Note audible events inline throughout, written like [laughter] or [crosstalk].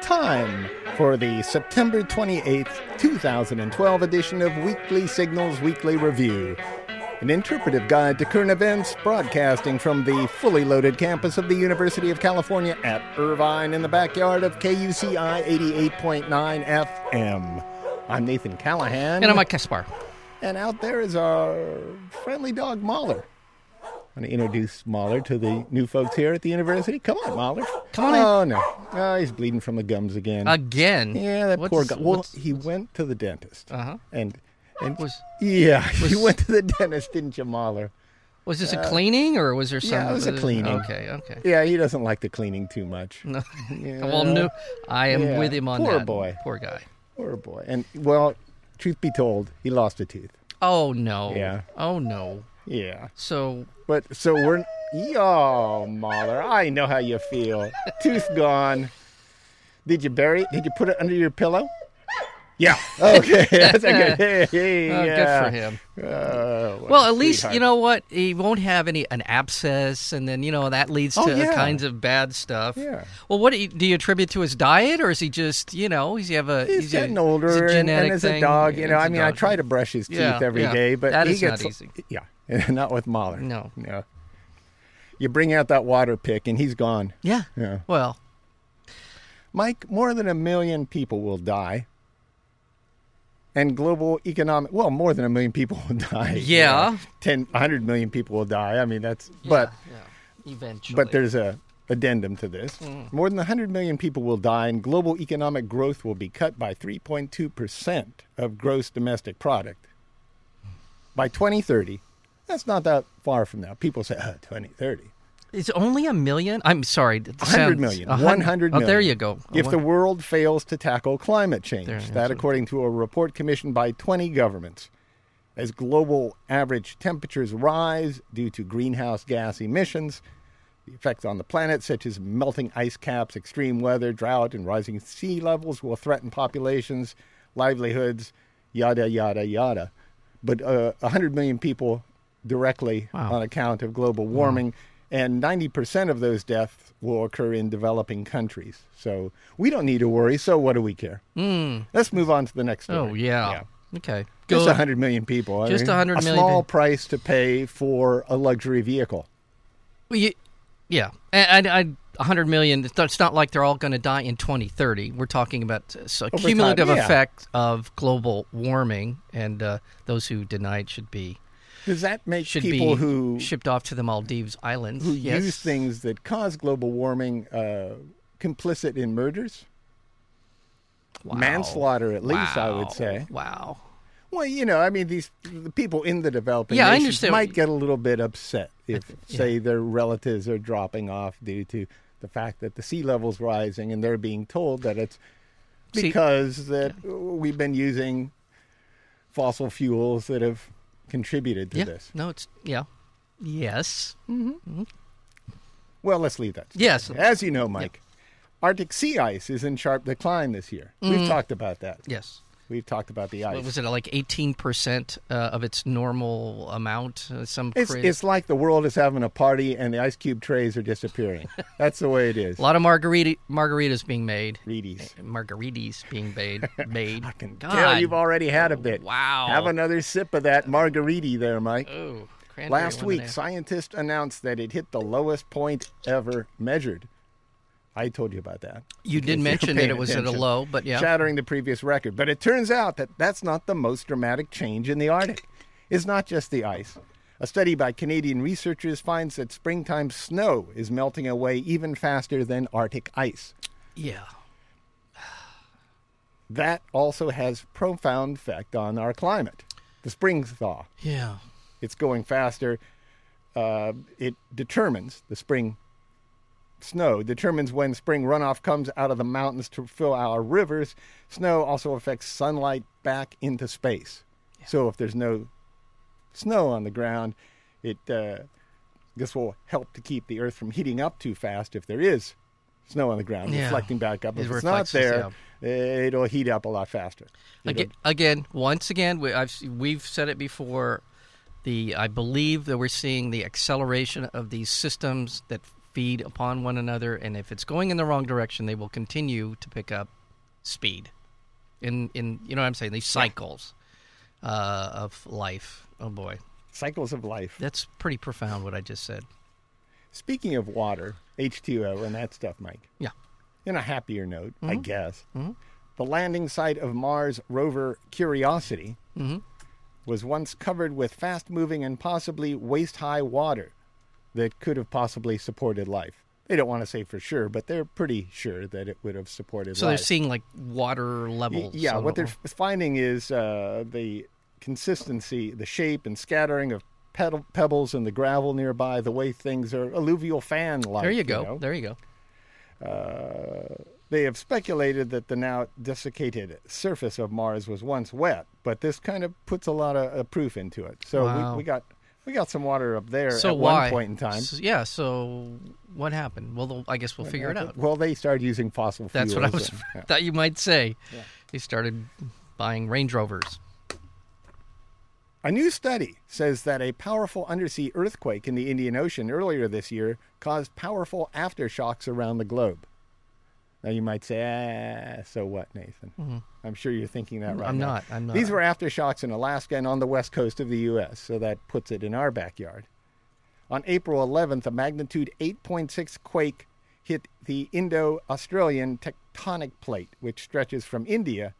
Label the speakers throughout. Speaker 1: time for the September 28th, 2012 edition of Weekly Signals Weekly Review, an interpretive guide to current events broadcasting from the fully loaded campus of the University of California at Irvine in the backyard of KUCI 88.9 FM. I'm Nathan Callahan.
Speaker 2: And I'm Mike Kaspar.
Speaker 1: And out there is our friendly dog, Mahler. I'm going to introduce Mahler to the new folks here at the university. Come on, Mahler.
Speaker 2: Come on in. Uh,
Speaker 1: Oh, no. Oh, he's bleeding from the gums again.
Speaker 2: Again.
Speaker 1: yeah, that
Speaker 2: What's-
Speaker 1: poor guy. Well,
Speaker 2: what's-
Speaker 1: he went to the dentist.
Speaker 2: Uh-huh.
Speaker 1: And, and
Speaker 2: Was-
Speaker 1: yeah, [laughs] you
Speaker 2: was-
Speaker 1: went to the dentist, didn't you, Mahler?
Speaker 2: was this a cleaning or was there some?
Speaker 1: uh, yeah, it was a cleaning.
Speaker 2: Okay, okay.
Speaker 1: Yeah, he doesn't like the cleaning too much.
Speaker 2: No. [laughs]
Speaker 1: Yeah.
Speaker 2: well, no, I am
Speaker 1: Yeah.
Speaker 2: with him on
Speaker 1: Poor
Speaker 2: that.
Speaker 1: boy.
Speaker 2: Poor guy.
Speaker 1: Poor boy. And, well, truth be told, he lost a tooth.
Speaker 2: Oh no.
Speaker 1: Yeah.
Speaker 2: Oh no.
Speaker 1: Yeah.
Speaker 2: So
Speaker 1: But so we're yo Mahler, I know how you feel. Tooth gone. Did you bury it? Did you put it under your pillow? Yeah. Okay. [laughs] That's
Speaker 2: [laughs]
Speaker 1: a good. Hey,
Speaker 2: uh,
Speaker 1: yeah.
Speaker 2: good for him.
Speaker 1: Oh, what
Speaker 2: Well,
Speaker 1: a
Speaker 2: at least
Speaker 1: sweetheart.
Speaker 2: you know what he won't have any an abscess, and then you know that leads to
Speaker 1: Oh, yeah.
Speaker 2: kinds of bad stuff.
Speaker 1: Yeah.
Speaker 2: Well, what do you, do you attribute to his diet, or is he just you know he's have a
Speaker 1: He's
Speaker 2: he's
Speaker 1: getting
Speaker 2: a,
Speaker 1: older
Speaker 2: it's a
Speaker 1: and- and,
Speaker 2: genetic
Speaker 1: as
Speaker 2: thing?
Speaker 1: a dog,
Speaker 2: Yeah,
Speaker 1: you know.
Speaker 2: it's
Speaker 1: I
Speaker 2: a
Speaker 1: mean, I
Speaker 2: dog
Speaker 1: try
Speaker 2: thing.
Speaker 1: to brush his teeth
Speaker 2: Yeah,
Speaker 1: every day,
Speaker 2: yeah.
Speaker 1: but
Speaker 2: That
Speaker 1: he
Speaker 2: is not
Speaker 1: gets
Speaker 2: easy.
Speaker 1: yeah, [laughs] not with Mahler.
Speaker 2: No.
Speaker 1: no. You bring out that water pick, and he's gone.
Speaker 2: Yeah.
Speaker 1: Yeah.
Speaker 2: Well,
Speaker 1: Mike, more than a million people will die. And global economic, well, more than a million people will [laughs] die. you
Speaker 2: Yeah.
Speaker 1: know. 10, 100 million people will die. I mean, that's,
Speaker 2: yeah,
Speaker 1: but,
Speaker 2: yeah, eventually.
Speaker 1: but there's a addendum to this.
Speaker 2: Mm.
Speaker 1: More than 100 million people will die, and global economic growth will be cut by 3.2% of gross domestic product. By 2030, that's not that far from now. People say, oh, 2030.
Speaker 2: It's only a million. I'm sorry. it sounds-
Speaker 1: 100 million.
Speaker 2: a
Speaker 1: 100
Speaker 2: hun-
Speaker 1: million.
Speaker 2: Oh, there you go. A
Speaker 1: If the
Speaker 2: one-
Speaker 1: world fails to tackle climate change,
Speaker 2: There, that's
Speaker 1: that according to a report commissioned by 20 governments. As global average temperatures rise due to greenhouse gas emissions, the effects on the planet, such as melting ice caps, extreme weather, drought, and rising sea levels, will threaten populations, livelihoods, yada, yada, yada. But uh, 100 million people directly on account of global warming, and 90% of those deaths will occur in developing countries. So we don't need to worry. So what do we care? Let's move on to the next story.
Speaker 2: Hmm. oh yeah. Okay.
Speaker 1: Just
Speaker 2: Good.
Speaker 1: 100 million people. I
Speaker 2: Just
Speaker 1: mean,
Speaker 2: 100
Speaker 1: A
Speaker 2: million
Speaker 1: small
Speaker 2: people.
Speaker 1: price to pay for a luxury vehicle.
Speaker 2: Well, you- yeah. And I, I, hundred million. It's not- it's not like they're all going to die in 2030. We're talking about uh, so
Speaker 1: time,
Speaker 2: cumulative
Speaker 1: yeah.
Speaker 2: effect of global warming, and uh, those who deny it should be
Speaker 1: Does that make
Speaker 2: should
Speaker 1: people
Speaker 2: be
Speaker 1: who
Speaker 2: shipped off to the Maldives Islands.
Speaker 1: who
Speaker 2: yes.
Speaker 1: use things that cause global warming uh, complicit in murders?
Speaker 2: Wow.
Speaker 1: manslaughter, at least, I would
Speaker 2: Wow.
Speaker 1: say.
Speaker 2: Wow.
Speaker 1: Well, you know, I mean, these the people in the developing
Speaker 2: Yeah, I
Speaker 1: nations
Speaker 2: understand what
Speaker 1: might
Speaker 2: you-
Speaker 1: get a little bit upset if, say, their relatives are dropping off due to the fact that the sea level's rising, and they're being told that it's
Speaker 2: See-
Speaker 1: because that uh, we've been using fossil fuels that have contributed to
Speaker 2: Yeah.
Speaker 1: this.
Speaker 2: No, it's yeah. Yes.
Speaker 1: Well, let's leave that.
Speaker 2: Yes.
Speaker 1: As you know, Mike, Arctic sea ice is in sharp decline this year.
Speaker 2: Mm.
Speaker 1: We've talked about that.
Speaker 2: Yes.
Speaker 1: We've talked about the ice.
Speaker 2: what was it like 18% uh, of its normal amount uh, some
Speaker 1: It's,
Speaker 2: cra-
Speaker 1: it's like the world is having a party and the ice cube trays are disappearing. That's the way it is.
Speaker 2: [laughs] a lot of margarita margaritas being made
Speaker 1: Reedies.
Speaker 2: margaritas being made made
Speaker 1: [laughs] I can
Speaker 2: God.
Speaker 1: tell you've already had a bit.
Speaker 2: Wow.
Speaker 1: Have another sip of that margarita there, Mike.
Speaker 2: oh, cranberry
Speaker 1: Last week,
Speaker 2: lemonade.
Speaker 1: scientists announced that it hit the lowest point ever measured. I told you about that.
Speaker 2: you
Speaker 1: If
Speaker 2: did
Speaker 1: you're
Speaker 2: mention that
Speaker 1: paying
Speaker 2: it was at a
Speaker 1: attention.
Speaker 2: low but yeah
Speaker 1: shattering the previous record. But it turns out that that's not the most dramatic change in the Arctic. It's not just the ice. A study by Canadian researchers finds that springtime snow is melting away even faster than Arctic ice.
Speaker 2: yeah
Speaker 1: That also has profound effect on our climate. The spring thaw,
Speaker 2: yeah
Speaker 1: it's going faster. Uh, it determines the spring snow determines when spring runoff comes out of the mountains to fill our rivers. Snow also affects sunlight back into space. So if there's no snow on the ground, it uh, this will help to keep the Earth from heating up too fast. If there is snow on the ground,
Speaker 2: Yeah.
Speaker 1: reflecting back up.
Speaker 2: It
Speaker 1: If it's not
Speaker 2: reflects,
Speaker 1: there, it'll heat up a lot faster.
Speaker 2: again, again once again we, I've, we've said it before the i believe that we're seeing the acceleration of these systems that feed upon one another, and if it's going in the wrong direction, they will continue to pick up speed. In in you know what I'm saying? These cycles uh, of life. Oh boy,
Speaker 1: Cycles of life.
Speaker 2: that's pretty profound. What I just said.
Speaker 1: Speaking of water, H2O, and that stuff, Mike,
Speaker 2: Yeah.
Speaker 1: in a happier note,
Speaker 2: Mm-hmm.
Speaker 1: I guess, the landing site of Mars rover Curiosity
Speaker 2: Mm-hmm.
Speaker 1: was once covered with fast moving and possibly waist high water that could have possibly supported life. They don't want to say for sure, but they're pretty sure that it would have supported
Speaker 2: So
Speaker 1: life.
Speaker 2: they're seeing like water levels.
Speaker 1: Yeah,
Speaker 2: on
Speaker 1: what
Speaker 2: the-
Speaker 1: they're f- finding is uh, the consistency, the shape, and scattering of pedal, pebbles in the gravel nearby, the way things are alluvial fan like.
Speaker 2: There you go. There you go.
Speaker 1: They have speculated that the now desiccated surface of Mars was once wet, but this kind of puts a lot of uh, proof into it. So
Speaker 2: Wow.
Speaker 1: we, we got we got some water up there
Speaker 2: So
Speaker 1: at
Speaker 2: why?
Speaker 1: one point in time.
Speaker 2: S- yeah. So what happened? Well, the- I guess we'll figure it out.
Speaker 1: Uh, Well, they started using fossil fuels.
Speaker 2: That's what I was [laughs]
Speaker 1: and- yeah.
Speaker 2: thought you might say. He started buying Range Rovers.
Speaker 1: A new study says that a powerful undersea earthquake in the Indian Ocean earlier this year caused powerful aftershocks around the globe. Now you might say, ah, so what, Nathan? I'm sure you're thinking that right
Speaker 2: Mm-hmm. I'm
Speaker 1: now.
Speaker 2: not, I'm not.
Speaker 1: These were aftershocks in Alaska and on the west coast of the U.S., so that puts it in our backyard. On April 11th, a magnitude 8.6 quake hit the Indo Australian tectonic plate, which stretches from India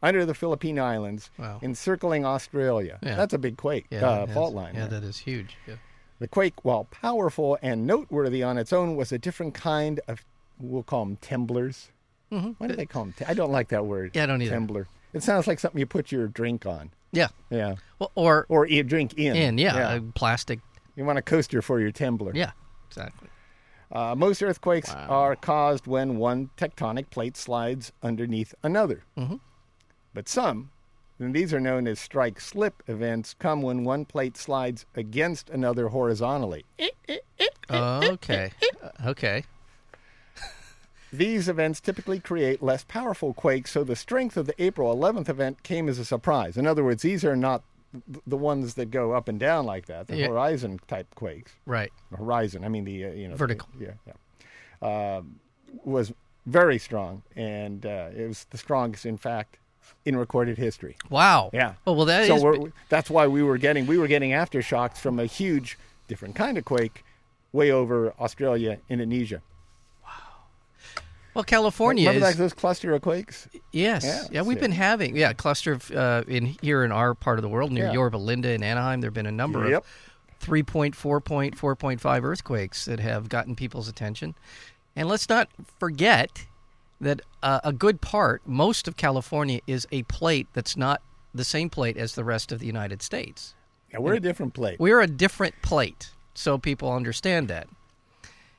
Speaker 1: under the Philippine Islands,
Speaker 2: Wow.
Speaker 1: encircling Australia.
Speaker 2: Yeah.
Speaker 1: That's a big quake,
Speaker 2: Yeah,
Speaker 1: uh,
Speaker 2: that's-
Speaker 1: fault line.
Speaker 2: Yeah,
Speaker 1: there.
Speaker 2: that is huge. Yeah.
Speaker 1: The quake, while powerful and noteworthy on its own, was a different kind of, we'll call them temblers. Why do they call them? T- I don't like that word.
Speaker 2: Mm-hmm. Yeah, I don't either.
Speaker 1: Tembler. It sounds like something you put your drink on.
Speaker 2: Yeah.
Speaker 1: Yeah.
Speaker 2: Well, or,
Speaker 1: Or you drink in.
Speaker 2: in yeah, uh, plastic.
Speaker 1: You want a coaster for your tembler.
Speaker 2: Yeah, exactly.
Speaker 1: Uh, most earthquakes are caused when one tectonic plate slides underneath another. But some, and these are known as strike slip events, come when one plate slides against another horizontally.
Speaker 2: Okay. Uh, okay.
Speaker 1: These events typically create less powerful quakes, so the strength of the April 11th event came as a surprise. In other words, these are not th- the ones that go up and down like that, the
Speaker 2: Yeah.
Speaker 1: horizon type quakes.
Speaker 2: Right.
Speaker 1: horizon. I mean the uh, you know the-
Speaker 2: Vertical.
Speaker 1: yeah, yeah. Um was very strong, and uh, it was the strongest, in fact, in recorded history.
Speaker 2: Wow.
Speaker 1: Yeah.
Speaker 2: Oh well, that is
Speaker 1: so we're, that's why we were getting we were getting aftershocks from a huge, different kind of quake, way over Australia, Indonesia.
Speaker 2: well. California
Speaker 1: Remember
Speaker 2: is
Speaker 1: that, those cluster of quakes?
Speaker 2: yes. Yeah,
Speaker 1: Yeah,
Speaker 2: we've
Speaker 1: see.
Speaker 2: been having yeah a cluster of uh, in here in our part of the world near
Speaker 1: Yeah.
Speaker 2: Yorba Linda and Anaheim. There've been a number
Speaker 1: Yep.
Speaker 2: of three point, four point, four point five earthquakes that have gotten people's attention. And let's not forget that uh, a good part, most of California, is a plate that's not the same plate as the rest of the United States.
Speaker 1: Yeah, we're a different plate.
Speaker 2: We're a different plate, so people understand that.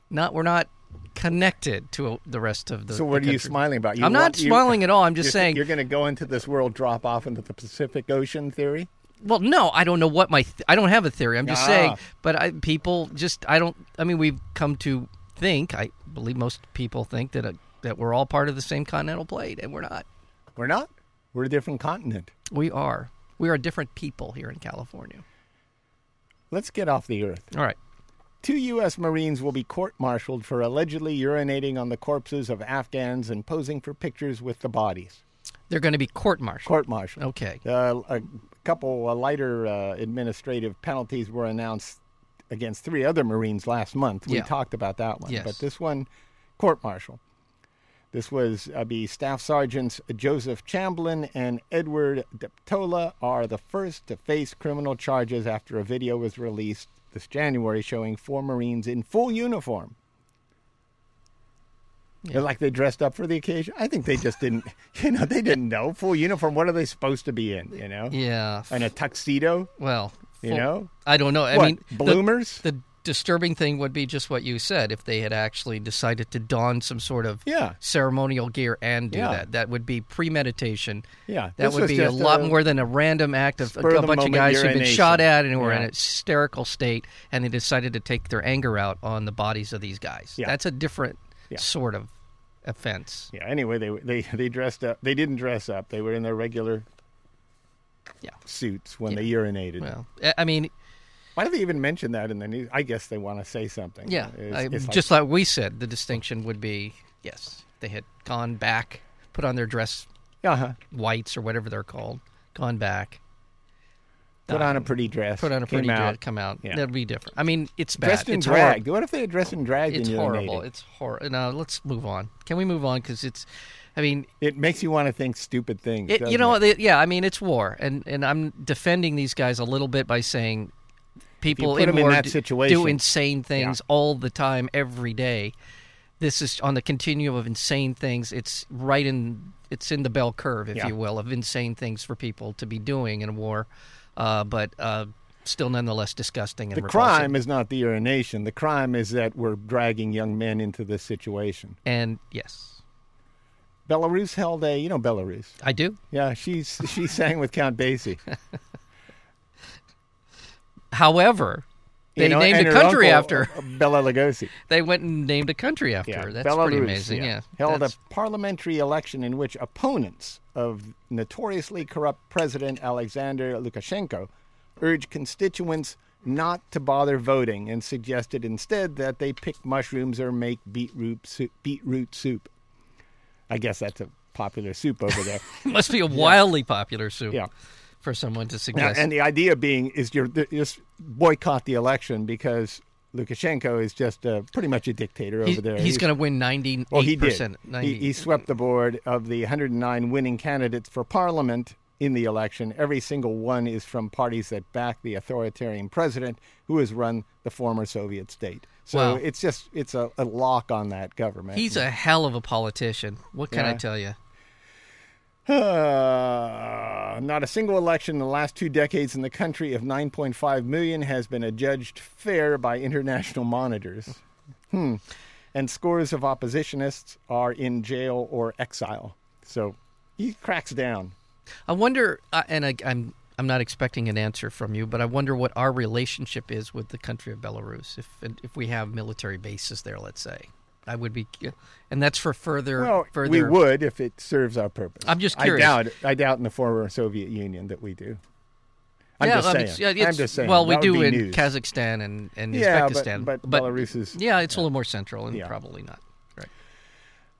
Speaker 2: Not we're not connected to uh, the rest of the.
Speaker 1: so what
Speaker 2: the
Speaker 1: are you
Speaker 2: country.
Speaker 1: smiling about? You
Speaker 2: I'm not
Speaker 1: want- you-
Speaker 2: smiling at all. I'm just
Speaker 1: you're-
Speaker 2: saying.
Speaker 1: you're going to go into this world, drop off into the Pacific Ocean theory.
Speaker 2: well, no, I don't know what my. Th- I don't have a theory. I'm just
Speaker 1: Ah.
Speaker 2: saying. But I, people just. I don't. I mean, we've come to think. I believe most people think that uh that we're all part of the same continental plate, and we're not.
Speaker 1: We're not. We're a different continent.
Speaker 2: We are. We are different people here in California.
Speaker 1: Let's get off the Earth.
Speaker 2: All right.
Speaker 1: Two U.S. Marines will be court martialed for allegedly urinating on the corpses of Afghans and posing for pictures with the bodies.
Speaker 2: They're going to be court martialed.
Speaker 1: Court martial.
Speaker 2: Okay.
Speaker 1: Uh, a couple uh, lighter uh, administrative penalties were announced against three other Marines last month. We
Speaker 2: Yeah.
Speaker 1: talked about that one.
Speaker 2: Yes.
Speaker 1: But this one, court martial. This was uh, be Staff Sergeants Joseph Chamblin and Edward Deptola are the first to face criminal charges after a video was released this January showing four Marines in full uniform. They're Like they dressed up for the occasion. I think they just didn't, [laughs] you know, they didn't know full uniform. What are they supposed to be in? You know,
Speaker 2: Yeah.
Speaker 1: in a tuxedo.
Speaker 2: Well,
Speaker 1: You
Speaker 2: full-
Speaker 1: know?
Speaker 2: I don't know. I
Speaker 1: what
Speaker 2: mean, the-
Speaker 1: bloomers?
Speaker 2: The, disturbing thing would be just what you said if they had actually decided to don some sort of
Speaker 1: Yeah.
Speaker 2: ceremonial gear and do
Speaker 1: Yeah.
Speaker 2: that. That would be premeditation.
Speaker 1: Yeah,
Speaker 2: that
Speaker 1: this
Speaker 2: would
Speaker 1: was
Speaker 2: be a
Speaker 1: just
Speaker 2: lot
Speaker 1: a
Speaker 2: more than a random act of a,
Speaker 1: spur of the
Speaker 2: bunch of
Speaker 1: moment
Speaker 2: guys who've been
Speaker 1: urination.
Speaker 2: shot at and were in
Speaker 1: Yeah.
Speaker 2: a hysterical state, and they decided to take their anger out on the bodies of these guys.
Speaker 1: Yeah.
Speaker 2: That's a different
Speaker 1: Yeah.
Speaker 2: sort of offense.
Speaker 1: yeah. Anyway, they they they dressed up. They didn't dress up. They were in their regular
Speaker 2: Yeah.
Speaker 1: suits when they urinated.
Speaker 2: Well, eh, I- I mean,
Speaker 1: Why do they even mention that in the news? I guess they want to say something.
Speaker 2: Yeah,
Speaker 1: It's-
Speaker 2: I-
Speaker 1: it's like-
Speaker 2: just like we said, the distinction would be yes, they had gone back, put on their dress
Speaker 1: uh-huh.
Speaker 2: whites or whatever they're called, gone back,
Speaker 1: put on a pretty dress.
Speaker 2: put on a
Speaker 1: came
Speaker 2: pretty dress,
Speaker 1: out,
Speaker 2: come out.
Speaker 1: Yeah.
Speaker 2: That'd be different. I mean, it's bad.
Speaker 1: Dressed in
Speaker 2: it's
Speaker 1: drag.
Speaker 2: horrible.
Speaker 1: What if they had dressed in drag? and
Speaker 2: It's
Speaker 1: you
Speaker 2: horrible.
Speaker 1: It.
Speaker 2: It's horrible. No, let's move on. Can we move on? Because it's, I mean,
Speaker 1: it makes you want to think stupid things.
Speaker 2: It, you
Speaker 1: doesn't
Speaker 2: know,
Speaker 1: it?
Speaker 2: what, they- yeah, I mean, it's war, and and I'm defending these guys a little bit by saying people
Speaker 1: put
Speaker 2: in
Speaker 1: them in
Speaker 2: war
Speaker 1: that
Speaker 2: do- do
Speaker 1: situation-
Speaker 2: insane things all the time, every day. This is on the continuum of insane things. It's right in it's in the bell curve, if
Speaker 1: Yeah.
Speaker 2: you will, of insane things for people to be doing in war, uh, but uh, still nonetheless disgusting and
Speaker 1: the
Speaker 2: repulsive.
Speaker 1: crime is not the urination. The crime is that we're dragging young men into this situation.
Speaker 2: And yes,
Speaker 1: Belarus held a, you know, Belarus.
Speaker 2: I do.
Speaker 1: Yeah, she's she sang with Count Basie.
Speaker 2: However, they
Speaker 1: you know,
Speaker 2: named
Speaker 1: and
Speaker 2: a
Speaker 1: her
Speaker 2: country
Speaker 1: uncle,
Speaker 2: after.
Speaker 1: uh, Bela
Speaker 2: [laughs]
Speaker 1: Lugosi.
Speaker 2: They went and named a country after
Speaker 1: Yeah,
Speaker 2: her. That's
Speaker 1: Belarus,
Speaker 2: pretty amazing. Yeah,
Speaker 1: held
Speaker 2: That's-
Speaker 1: a parliamentary election in which opponents of notoriously corrupt President Alexander Lukashenko urged constituents not to bother voting and suggested instead that they pick mushrooms or make beetroot soup. Beetroot soup. I guess that's a popular soup over
Speaker 2: [laughs]
Speaker 1: there.
Speaker 2: It must be a wildly popular soup
Speaker 1: Yeah.
Speaker 2: for someone to
Speaker 1: Now,
Speaker 2: suggest.
Speaker 1: and the idea being is you're th- just boycott the election because Lukashenko is just uh, pretty much a dictator
Speaker 2: He-
Speaker 1: over there.
Speaker 2: he's going to win 98%.
Speaker 1: Well, he did.
Speaker 2: 90.
Speaker 1: He, he swept the board of the 109 winning candidates for parliament in the election. Every single one is from parties that back the authoritarian president who has run the former Soviet state. So
Speaker 2: Wow.
Speaker 1: it's just it's a, a lock on that government.
Speaker 2: he's a hell of a politician. What can I
Speaker 1: Yeah.
Speaker 2: tell you?
Speaker 1: Uh, [sighs] not a single election in the last two decades in the country of 9.5 million has been adjudged fair by international monitors.
Speaker 2: [laughs]
Speaker 1: Hmm. And scores of oppositionists are in jail or exile. So he cracks down.
Speaker 2: I wonder, uh, and I, I'm I'm not expecting an answer from you, but I wonder what our relationship is with the country of Belarus. If if we have military bases there, let's say, I would be, and that's for further
Speaker 1: Well,
Speaker 2: further.
Speaker 1: we would if it serves our purpose.
Speaker 2: I'm just
Speaker 1: I
Speaker 2: curious.
Speaker 1: doubt. I doubt in the former Soviet Union that we do. I'm
Speaker 2: yeah,
Speaker 1: just
Speaker 2: I mean,
Speaker 1: saying.
Speaker 2: it's- yeah, it's-
Speaker 1: I'm just saying.
Speaker 2: Well, we
Speaker 1: That would
Speaker 2: do
Speaker 1: be
Speaker 2: in
Speaker 1: news.
Speaker 2: Kazakhstan and, and
Speaker 1: Yeah, but-
Speaker 2: Uzbekistan,
Speaker 1: but Belarus is-
Speaker 2: yeah, it's a little more central and
Speaker 1: Yeah.
Speaker 2: probably not. Right.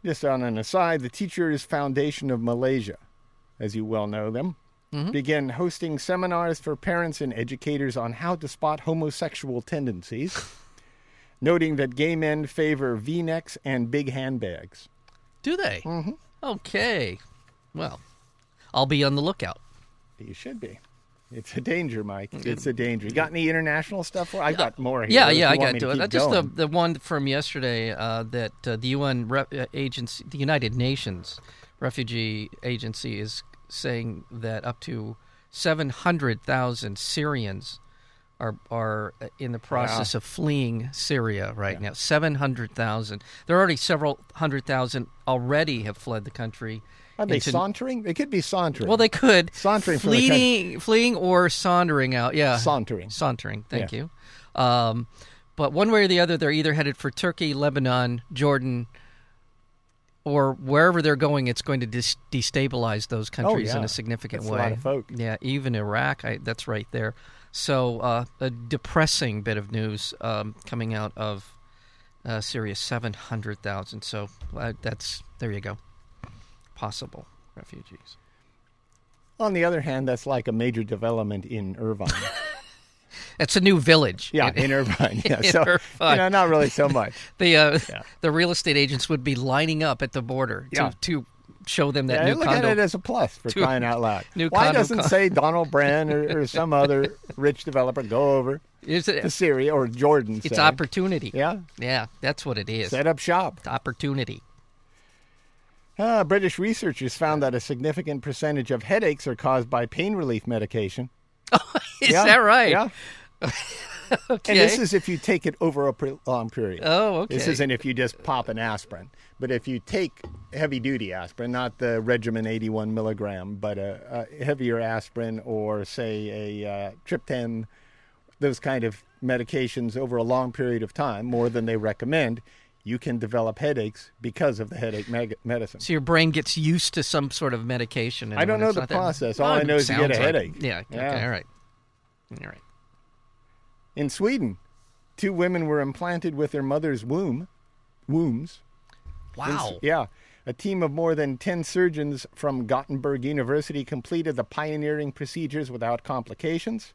Speaker 1: Just on an aside, the Teachers Foundation of Malaysia, as you well know them,
Speaker 2: Mm-hmm.
Speaker 1: began hosting seminars for parents and educators on how to spot homosexual tendencies,
Speaker 2: [laughs]
Speaker 1: noting that gay men favor v necks and big handbags.
Speaker 2: Do they? Mm-hmm. Okay. Well, I'll be on the lookout.
Speaker 1: You should be. It's a danger, Mike. It's a danger. You got any international stuff? for? I've got more here.
Speaker 2: Mm. Yeah,
Speaker 1: if
Speaker 2: yeah,
Speaker 1: you
Speaker 2: I
Speaker 1: want
Speaker 2: got
Speaker 1: me
Speaker 2: to it.
Speaker 1: keep
Speaker 2: That's just the,
Speaker 1: going.
Speaker 2: the one from yesterday uh, that uh, the UN re- uh, agency, the United Nations Refugee Agency, is saying that up to 700,000 Syrians are are uh, in the process of fleeing Syria right now. 700,000. There are already several hundred thousand already have fled the country.
Speaker 1: Are they
Speaker 2: into-
Speaker 1: sauntering? They could be sauntering.
Speaker 2: Well, they could
Speaker 1: Sauntering from the country.
Speaker 2: fleeing, fleeing or sauntering out. Yeah,
Speaker 1: Sauntering.
Speaker 2: sauntering. Thank you. Um, but one way or the other, they're either headed for Turkey, Lebanon, Jordan, or wherever they're going. It's going to dis- destabilize those countries in
Speaker 1: Oh, yeah.
Speaker 2: a significant
Speaker 1: That's a
Speaker 2: way.
Speaker 1: lot of folk.
Speaker 2: Yeah, even Iraq. I, that's right there. So uh, a depressing bit of news um, coming out of uh, Syria: seven hundred thousand. So uh, that's there you go. Possible refugees.
Speaker 1: On the other hand, that's like a major development in
Speaker 2: [laughs]
Speaker 1: Irvine.
Speaker 2: It's a new village.
Speaker 1: Yeah,
Speaker 2: It-
Speaker 1: in
Speaker 2: [laughs]
Speaker 1: Irvine. Yeah,
Speaker 2: in
Speaker 1: so
Speaker 2: Irvine.
Speaker 1: you know, not really so much.
Speaker 2: the uh, [laughs] the real estate agents would be lining up at the border
Speaker 1: Yeah.
Speaker 2: to to show them that
Speaker 1: I
Speaker 2: new
Speaker 1: look
Speaker 2: condo.
Speaker 1: at it as a plus for
Speaker 2: [laughs] Two-
Speaker 1: crying out loud.
Speaker 2: new
Speaker 1: Why
Speaker 2: condo
Speaker 1: doesn't
Speaker 2: con-
Speaker 1: say
Speaker 2: [laughs]
Speaker 1: Donald Brand or, or some other rich developer go over
Speaker 2: It's,
Speaker 1: to Syria or Jordan?
Speaker 2: it's
Speaker 1: say,
Speaker 2: opportunity.
Speaker 1: Yeah,
Speaker 2: Yeah, that's what it is.
Speaker 1: set up shop.
Speaker 2: opportunity. [laughs]
Speaker 1: Ah, British researchers found that a significant percentage of headaches are caused by pain relief medication.
Speaker 2: Is
Speaker 1: Yeah,
Speaker 2: that right?
Speaker 1: Yeah.
Speaker 2: [laughs] Okay.
Speaker 1: And this is if you take it over a pre- long period.
Speaker 2: Oh, okay.
Speaker 1: This isn't if you just pop an aspirin, but if you take heavy duty aspirin, not the regimen 81 milligram, but a, a heavier aspirin or, say, a uh, triptan, those kind of medications over a long period of time, more than they recommend, you can develop headaches because of the headache meg- medicine.
Speaker 2: so your brain gets used to some sort of medication. And
Speaker 1: I don't
Speaker 2: when
Speaker 1: know
Speaker 2: it's
Speaker 1: the
Speaker 2: not that-
Speaker 1: process. All I
Speaker 2: it
Speaker 1: know is you get
Speaker 2: sounds
Speaker 1: a
Speaker 2: like-
Speaker 1: headache.
Speaker 2: Yeah,
Speaker 1: Yeah.
Speaker 2: Okay. All right. All right.
Speaker 1: In Sweden, two women were implanted with their mother's womb, wombs. In-
Speaker 2: Wow.
Speaker 1: yeah. A team of more than 10 surgeons from Gothenburg University completed the pioneering procedures without complications.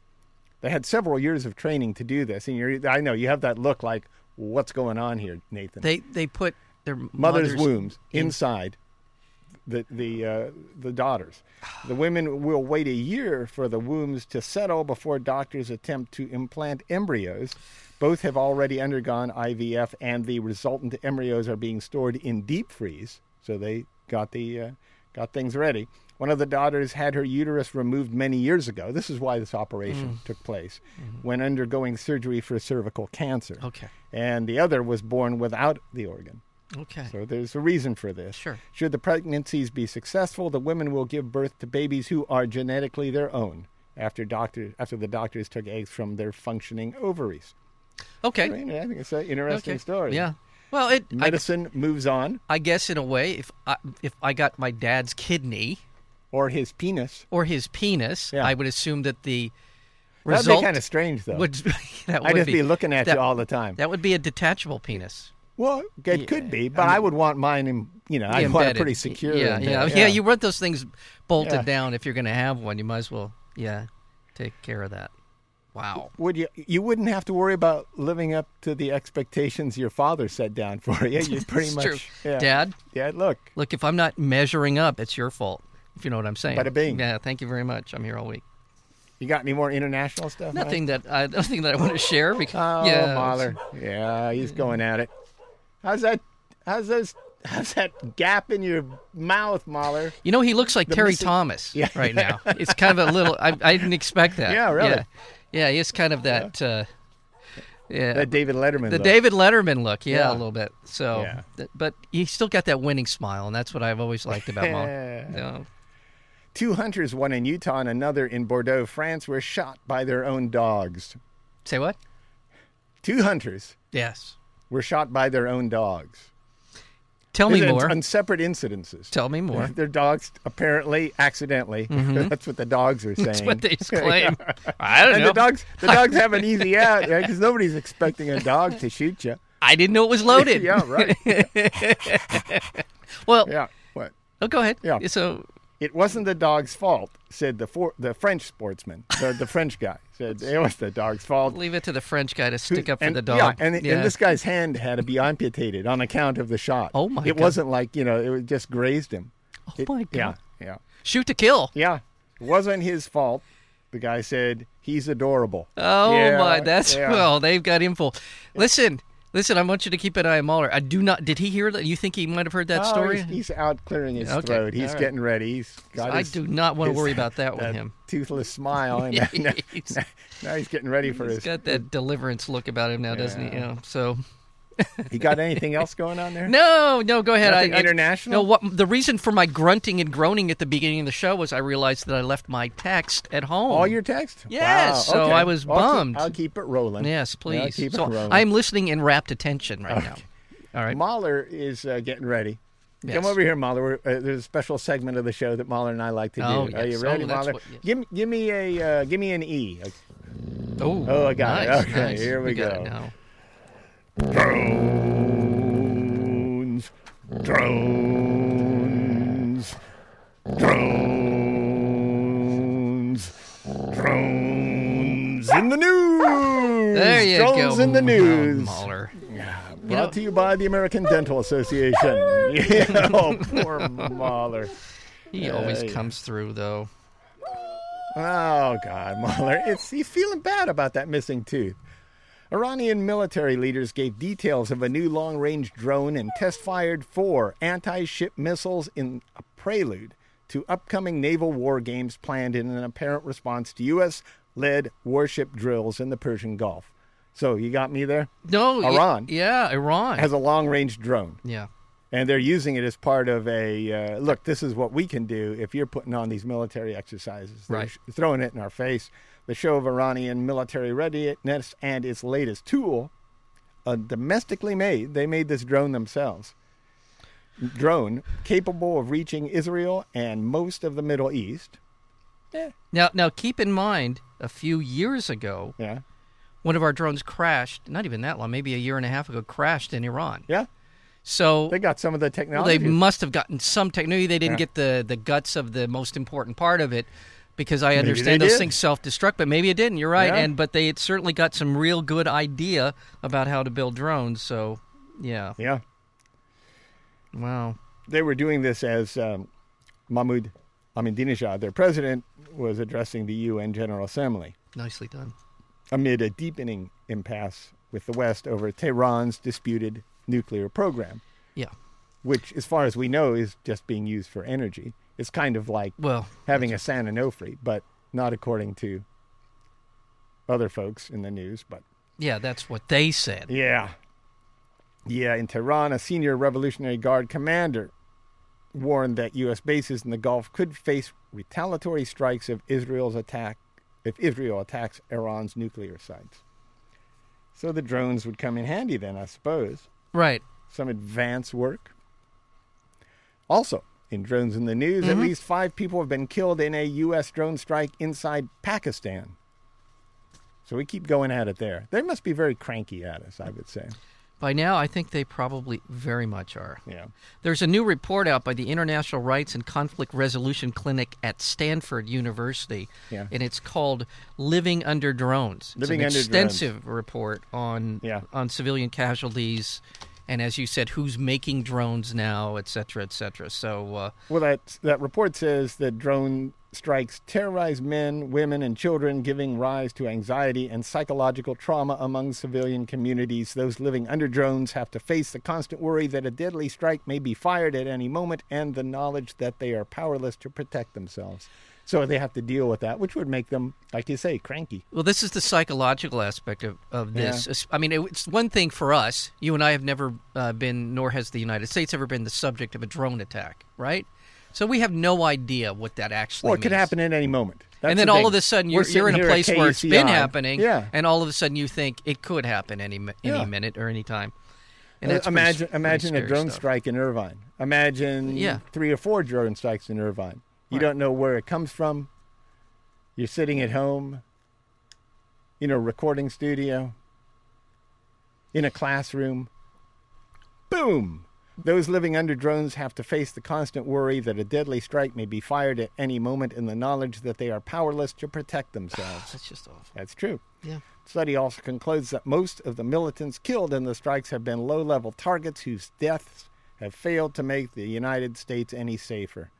Speaker 1: They had several years of training to do this. And you're, I know you have that look like, what's going on here, Nathan?
Speaker 2: They they put their
Speaker 1: mother's,
Speaker 2: mother's,
Speaker 1: wombs inside the the uh, the daughters. The women will wait a year for the wombs to settle before doctors attempt to implant embryos. Both have already undergone IVF, and the resultant embryos are being stored in deep freeze. So they got the uh, got things ready. One of the daughters had her uterus removed many years ago. This is why this operation
Speaker 2: Mm.
Speaker 1: took place when undergoing surgery for cervical cancer.
Speaker 2: Mm-hmm. Okay.
Speaker 1: And the other was born without the organ.
Speaker 2: Okay.
Speaker 1: So there's a reason for this.
Speaker 2: Sure.
Speaker 1: Should the pregnancies be successful, the women will give birth to babies who are genetically their own after doctor after the doctors took eggs from their functioning ovaries.
Speaker 2: okay.
Speaker 1: I, mean, I think it's an interesting
Speaker 2: okay.
Speaker 1: story.
Speaker 2: Yeah. Well, it I,
Speaker 1: Medicine moves on,
Speaker 2: I guess in a way if I, if I got my dad's kidney
Speaker 1: or his penis.
Speaker 2: or his penis,
Speaker 1: Yeah.
Speaker 2: I would assume that the
Speaker 1: That'd
Speaker 2: result
Speaker 1: be kind of strange, though.
Speaker 2: would [laughs] that
Speaker 1: I'd
Speaker 2: would
Speaker 1: just be, looking at
Speaker 2: that-
Speaker 1: you all the time.
Speaker 2: That would be a detachable penis.
Speaker 1: well, it could be, but I, would want mine. In, you know, I'd want it
Speaker 2: Embedded.
Speaker 1: pretty secure.
Speaker 2: Yeah,
Speaker 1: in
Speaker 2: yeah,
Speaker 1: there.
Speaker 2: yeah, You want those things bolted
Speaker 1: Yeah.
Speaker 2: down if you're going to have one. You might as well, yeah, take care of that. Wow.
Speaker 1: would you you wouldn't have to worry about living up to the expectations your father set down for
Speaker 2: [laughs]
Speaker 1: you. You pretty
Speaker 2: It's
Speaker 1: much
Speaker 2: true.
Speaker 1: Yeah.
Speaker 2: Dad,
Speaker 1: Yeah, look.
Speaker 2: look, if I'm not measuring up, it's your fault. If you know what I'm saying.
Speaker 1: Bada bing.
Speaker 2: Yeah. Thank you very much. I'm here all week.
Speaker 1: You got any more international stuff? Mike?
Speaker 2: Nothing that I [laughs] nothing that I want to share because
Speaker 1: Oh,
Speaker 2: yeah,
Speaker 1: Mahler. Yeah, he's going at it. How's that? How's those? How's that gap in your mouth, Mahler?
Speaker 2: You know, he looks like Terry
Speaker 1: missing-
Speaker 2: Thomas [laughs] right now. It's kind of a little. I, I didn't expect that.
Speaker 1: Yeah, really.
Speaker 2: Yeah, yeah he is kind of that. Uh, yeah,
Speaker 1: That Uh, David Letterman.
Speaker 2: the
Speaker 1: look.
Speaker 2: David Letterman look. Yeah,
Speaker 1: Yeah.
Speaker 2: a little bit. So,
Speaker 1: Yeah.
Speaker 2: th- but he still got that winning smile, and that's what I've always liked about
Speaker 1: [laughs]
Speaker 2: Mom. Yeah. Uh,
Speaker 1: Two hunters, one in Utah and another in Bordeaux, France, were shot by their own dogs.
Speaker 2: Say what?
Speaker 1: Two hunters
Speaker 2: Yes.
Speaker 1: were shot by their own dogs.
Speaker 2: Tell me
Speaker 1: These are
Speaker 2: more.
Speaker 1: On separate incidences.
Speaker 2: Tell me
Speaker 1: [laughs]
Speaker 2: more. Mm-hmm.
Speaker 1: Their dogs apparently accidentally. [laughs] That's what the dogs are saying.
Speaker 2: That's
Speaker 1: [laughs]
Speaker 2: what they claim. I don't
Speaker 1: and
Speaker 2: know.
Speaker 1: the dogs,
Speaker 2: [laughs]
Speaker 1: the dogs have an easy out because nobody's expecting a dog to shoot you.
Speaker 2: I didn't know [laughs] it was loaded.
Speaker 1: yeah, right.
Speaker 2: [laughs] Well,
Speaker 1: Yeah. What?
Speaker 2: oh, go ahead.
Speaker 1: Yeah.
Speaker 2: So,
Speaker 1: It wasn't the dog's fault, said the for, the French sportsman, the, the French guy. Said it was the dog's fault.
Speaker 2: leave it to the French guy to stick up for
Speaker 1: and,
Speaker 2: the dog.
Speaker 1: Yeah, and, and this guy's hand had to be amputated on account of the shot.
Speaker 2: Oh, my
Speaker 1: It
Speaker 2: God.
Speaker 1: wasn't like you know, it was just grazed him. Oh
Speaker 2: my
Speaker 1: Yeah,
Speaker 2: God.
Speaker 1: yeah,
Speaker 2: Shoot to kill.
Speaker 1: yeah. It wasn't his fault. The guy said he's adorable.
Speaker 2: Oh
Speaker 1: Yeah,
Speaker 2: my, that's
Speaker 1: yeah.
Speaker 2: well, they've got info. Listen, listen, I want you to keep an eye on Mahler. I do not. Did he hear that? You think he might have heard that
Speaker 1: Oh,
Speaker 2: story?
Speaker 1: He's, he's out clearing his
Speaker 2: Okay,
Speaker 1: throat. He's
Speaker 2: all right.
Speaker 1: getting ready. He's got
Speaker 2: I
Speaker 1: his,
Speaker 2: do not wanna
Speaker 1: his-
Speaker 2: worry about
Speaker 1: [laughs]
Speaker 2: that with him.
Speaker 1: Toothless smile.
Speaker 2: [laughs]
Speaker 1: And now, now-
Speaker 2: He's-
Speaker 1: now he's getting ready for
Speaker 2: He's
Speaker 1: his.
Speaker 2: got that deliverance look about him now, doesn't he?
Speaker 1: Yeah.
Speaker 2: Yeah. So
Speaker 1: You
Speaker 2: [laughs]
Speaker 1: got anything else going on there?
Speaker 2: no, no, go ahead.
Speaker 1: Nothing international?
Speaker 2: No, what the reason for my grunting and groaning at the beginning of the show was I realized that I left my text at home.
Speaker 1: All your text?
Speaker 2: Yes,
Speaker 1: Wow,
Speaker 2: so
Speaker 1: okay.
Speaker 2: I was
Speaker 1: I'll keep-
Speaker 2: bummed.
Speaker 1: I'll keep it rolling.
Speaker 2: yes,
Speaker 1: I'll
Speaker 2: please.
Speaker 1: keep it
Speaker 2: so
Speaker 1: rolling.
Speaker 2: I am listening in rapt attention right now. All right.
Speaker 1: Mahler is uh, getting ready.
Speaker 2: Yes.
Speaker 1: Come over here, Mahler. We're, uh, there's a special segment of the show that Mahler and I like to do.
Speaker 2: Oh,
Speaker 1: Are you
Speaker 2: yes.
Speaker 1: ready,
Speaker 2: Oh, that's
Speaker 1: Mahler?
Speaker 2: what- yes.
Speaker 1: Give me, give me a, uh, give me an E. Okay.
Speaker 2: Oh,
Speaker 1: Oh, I got it.
Speaker 2: nice,
Speaker 1: Okay,
Speaker 2: nice.
Speaker 1: here we
Speaker 2: got
Speaker 1: go.
Speaker 2: it now.
Speaker 1: Drones, drones, drones, drones in the news.
Speaker 2: There you
Speaker 1: drones
Speaker 2: go.
Speaker 1: in the
Speaker 2: Wow,
Speaker 1: news.
Speaker 2: Mahler.
Speaker 1: Brought to you by the American Dental Association. [laughs] yeah, oh, poor Mahler.
Speaker 2: He always
Speaker 1: yeah.
Speaker 2: comes through though.
Speaker 1: Oh God, Mahler, it's he's feeling bad about that missing tooth. Iranian military leaders gave details of a new long-range drone and test-fired four anti-ship missiles in a prelude to upcoming naval war games planned in an apparent response to U.S.-led warship drills in the Persian Gulf. So you got me there.
Speaker 2: No, y-
Speaker 1: Iran.
Speaker 2: yeah, Iran.
Speaker 1: Has a long-range drone,
Speaker 2: yeah.
Speaker 1: and they're using it as part of a uh, look. This is what we can do if you're putting on these military exercises. They're
Speaker 2: Right.
Speaker 1: sh- throwing it in our face. The show of Iranian military readiness and its latest tool, uh, domestically made. They made this drone themselves. Drone capable of reaching Israel and most of the Middle East.
Speaker 2: Now, now keep in mind, a few years ago,
Speaker 1: Yeah.
Speaker 2: One of our drones crashed, not even that long, maybe a year and a half ago, crashed in Iran.
Speaker 1: Yeah,
Speaker 2: So
Speaker 1: they got some of the
Speaker 2: well, they
Speaker 1: technology.
Speaker 2: must have gotten some technology. They didn't
Speaker 1: Yeah.
Speaker 2: get the, the guts of the most important part of it because I
Speaker 1: they
Speaker 2: understand those
Speaker 1: did.
Speaker 2: things self destruct, but maybe it didn't. You're right.
Speaker 1: Yeah.
Speaker 2: And but they had certainly got some real good idea about how to build drones. So yeah,
Speaker 1: yeah,
Speaker 2: wow.
Speaker 1: they were doing this as um, Mahmoud Ahmadinejad, their president, was addressing the UN General Assembly
Speaker 2: Nicely done.
Speaker 1: amid a deepening impasse with the West over Tehran's disputed nuclear program,
Speaker 2: Yeah.
Speaker 1: which, as far as we know, is just being used for energy. It's kind of like
Speaker 2: Well,
Speaker 1: having a San Onofre, but not according to other folks in the news. But
Speaker 2: yeah, that's what they said.
Speaker 1: yeah. Yeah, in Tehran, a senior Revolutionary Guard commander warned that U.S. bases in the Gulf could face retaliatory strikes if Israel's attack if Israel attacks Iran's nuclear sites. So the drones would come in handy then, I suppose.
Speaker 2: Right.
Speaker 1: Some advance work. Also, in drones in the news, at least five people have been killed in a U.S. drone strike inside Pakistan. So we keep going at it there. They must be very cranky at us, I would say.
Speaker 2: By now, I think they probably very much are.
Speaker 1: Yeah.
Speaker 2: There's a new report out by the International Rights and Conflict Resolution Clinic at Stanford University,
Speaker 1: Yeah.
Speaker 2: and it's called "Living Under Drones." It's
Speaker 1: Living
Speaker 2: an
Speaker 1: Under
Speaker 2: extensive report on
Speaker 1: Yeah.
Speaker 2: on civilian casualties, and as you said, who's making drones now, et cetera, et cetera. So, uh,
Speaker 1: Well, that that report says that drone strikes terrorize men, women, and children, giving rise to anxiety and psychological trauma among civilian communities. Those living under drones have to face the constant worry that a deadly strike may be fired at any moment, and the knowledge that they are powerless to protect themselves. So they have to deal with that, which would make them, like you say, cranky.
Speaker 2: well, this is the psychological aspect of of
Speaker 1: Yeah.
Speaker 2: this. It's- I mean, it- it's one thing for us. You and I have never uh, been, nor has the United States ever been, the subject of a drone attack, right? So we have no idea what that actually.
Speaker 1: Well, it could
Speaker 2: means.
Speaker 1: happen at any moment. That's
Speaker 2: and then
Speaker 1: the
Speaker 2: all
Speaker 1: thing.
Speaker 2: of a sudden
Speaker 1: We're
Speaker 2: you're,
Speaker 1: sitting
Speaker 2: you're in a
Speaker 1: here at E
Speaker 2: place where it's been
Speaker 1: KCI.
Speaker 2: happening
Speaker 1: Yeah.
Speaker 2: and all of a sudden you think it could happen any mi- any
Speaker 1: Yeah.
Speaker 2: minute or any time and
Speaker 1: Uh,
Speaker 2: that's pretty s-
Speaker 1: imagine
Speaker 2: pretty
Speaker 1: imagine a
Speaker 2: scary
Speaker 1: drone
Speaker 2: stuff.
Speaker 1: strike in Irvine. Imagine
Speaker 2: Yeah.
Speaker 1: three or four drone strikes in Irvine. You
Speaker 2: Right.
Speaker 1: don't know where it comes from. You're sitting at home in a recording studio, in a classroom. Boom! Those living under drones have to face the constant worry that a deadly strike may be fired at any moment in the knowledge that they are powerless to protect
Speaker 2: [sighs]
Speaker 1: themselves.
Speaker 2: that's just awful
Speaker 1: That's true.
Speaker 2: yeah
Speaker 1: Study also concludes that most of the militants killed in the strikes have been low level targets whose deaths have failed to make the United States any safer.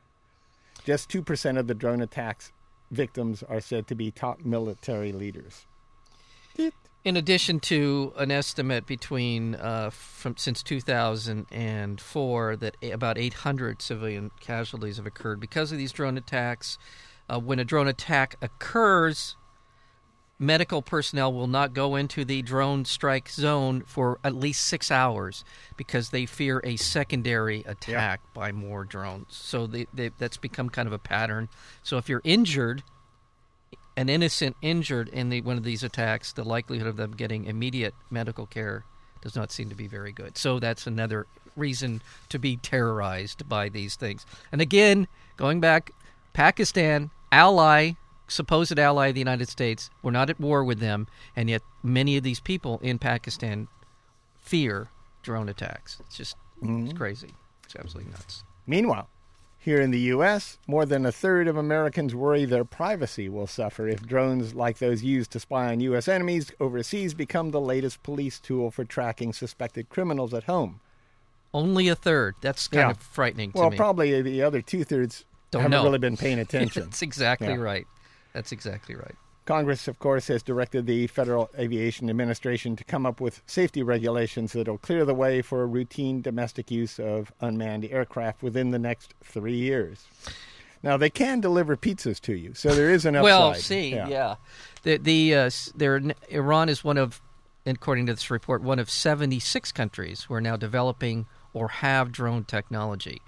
Speaker 1: Just 2% of the drone attacks victims are said to be top military leaders.
Speaker 2: in addition to an estimate between uh, from since 2004 that a- about 800 civilian casualties have occurred because of these drone attacks uh, when a drone attack occurs medical personnel will not go into the drone strike zone for at least six hours because they fear a secondary attack by more drones so they, they, that's become kind of a pattern so if you're injured an innocent injured in the, one of these attacks, the likelihood of them getting immediate medical care does not seem to be very good. So that's another reason to be terrorized by these things. And again, going back, Pakistan, ally, supposed ally of the United States, we're not at war with them, and yet many of these people in Pakistan fear drone attacks. It's just
Speaker 1: Mm-hmm.
Speaker 2: it's crazy. It's absolutely nuts.
Speaker 1: Meanwhile, here in the U.S., more than a third of Americans worry their privacy will suffer if drones like those used to spy on U.S. enemies overseas become the latest police tool for tracking suspected criminals at home.
Speaker 2: Only a third. That's kind
Speaker 1: Yeah.
Speaker 2: of frightening to
Speaker 1: Well,
Speaker 2: me.
Speaker 1: probably the other two thirds
Speaker 2: Don't
Speaker 1: haven't
Speaker 2: know.
Speaker 1: really been
Speaker 2: [laughs]
Speaker 1: paying attention.
Speaker 2: That's exactly
Speaker 1: Yeah.
Speaker 2: right. That's exactly right.
Speaker 1: Congress, of course, has directed the Federal Aviation Administration to come up with safety regulations that will clear the way for routine domestic use of unmanned aircraft within the next three years. Now, they can deliver pizzas to you, so there is an upside.
Speaker 2: [laughs] Well, see, yeah, the the uh, s- there Iran is one of, according to this report, one of seventy six countries who are now developing or have drone technology.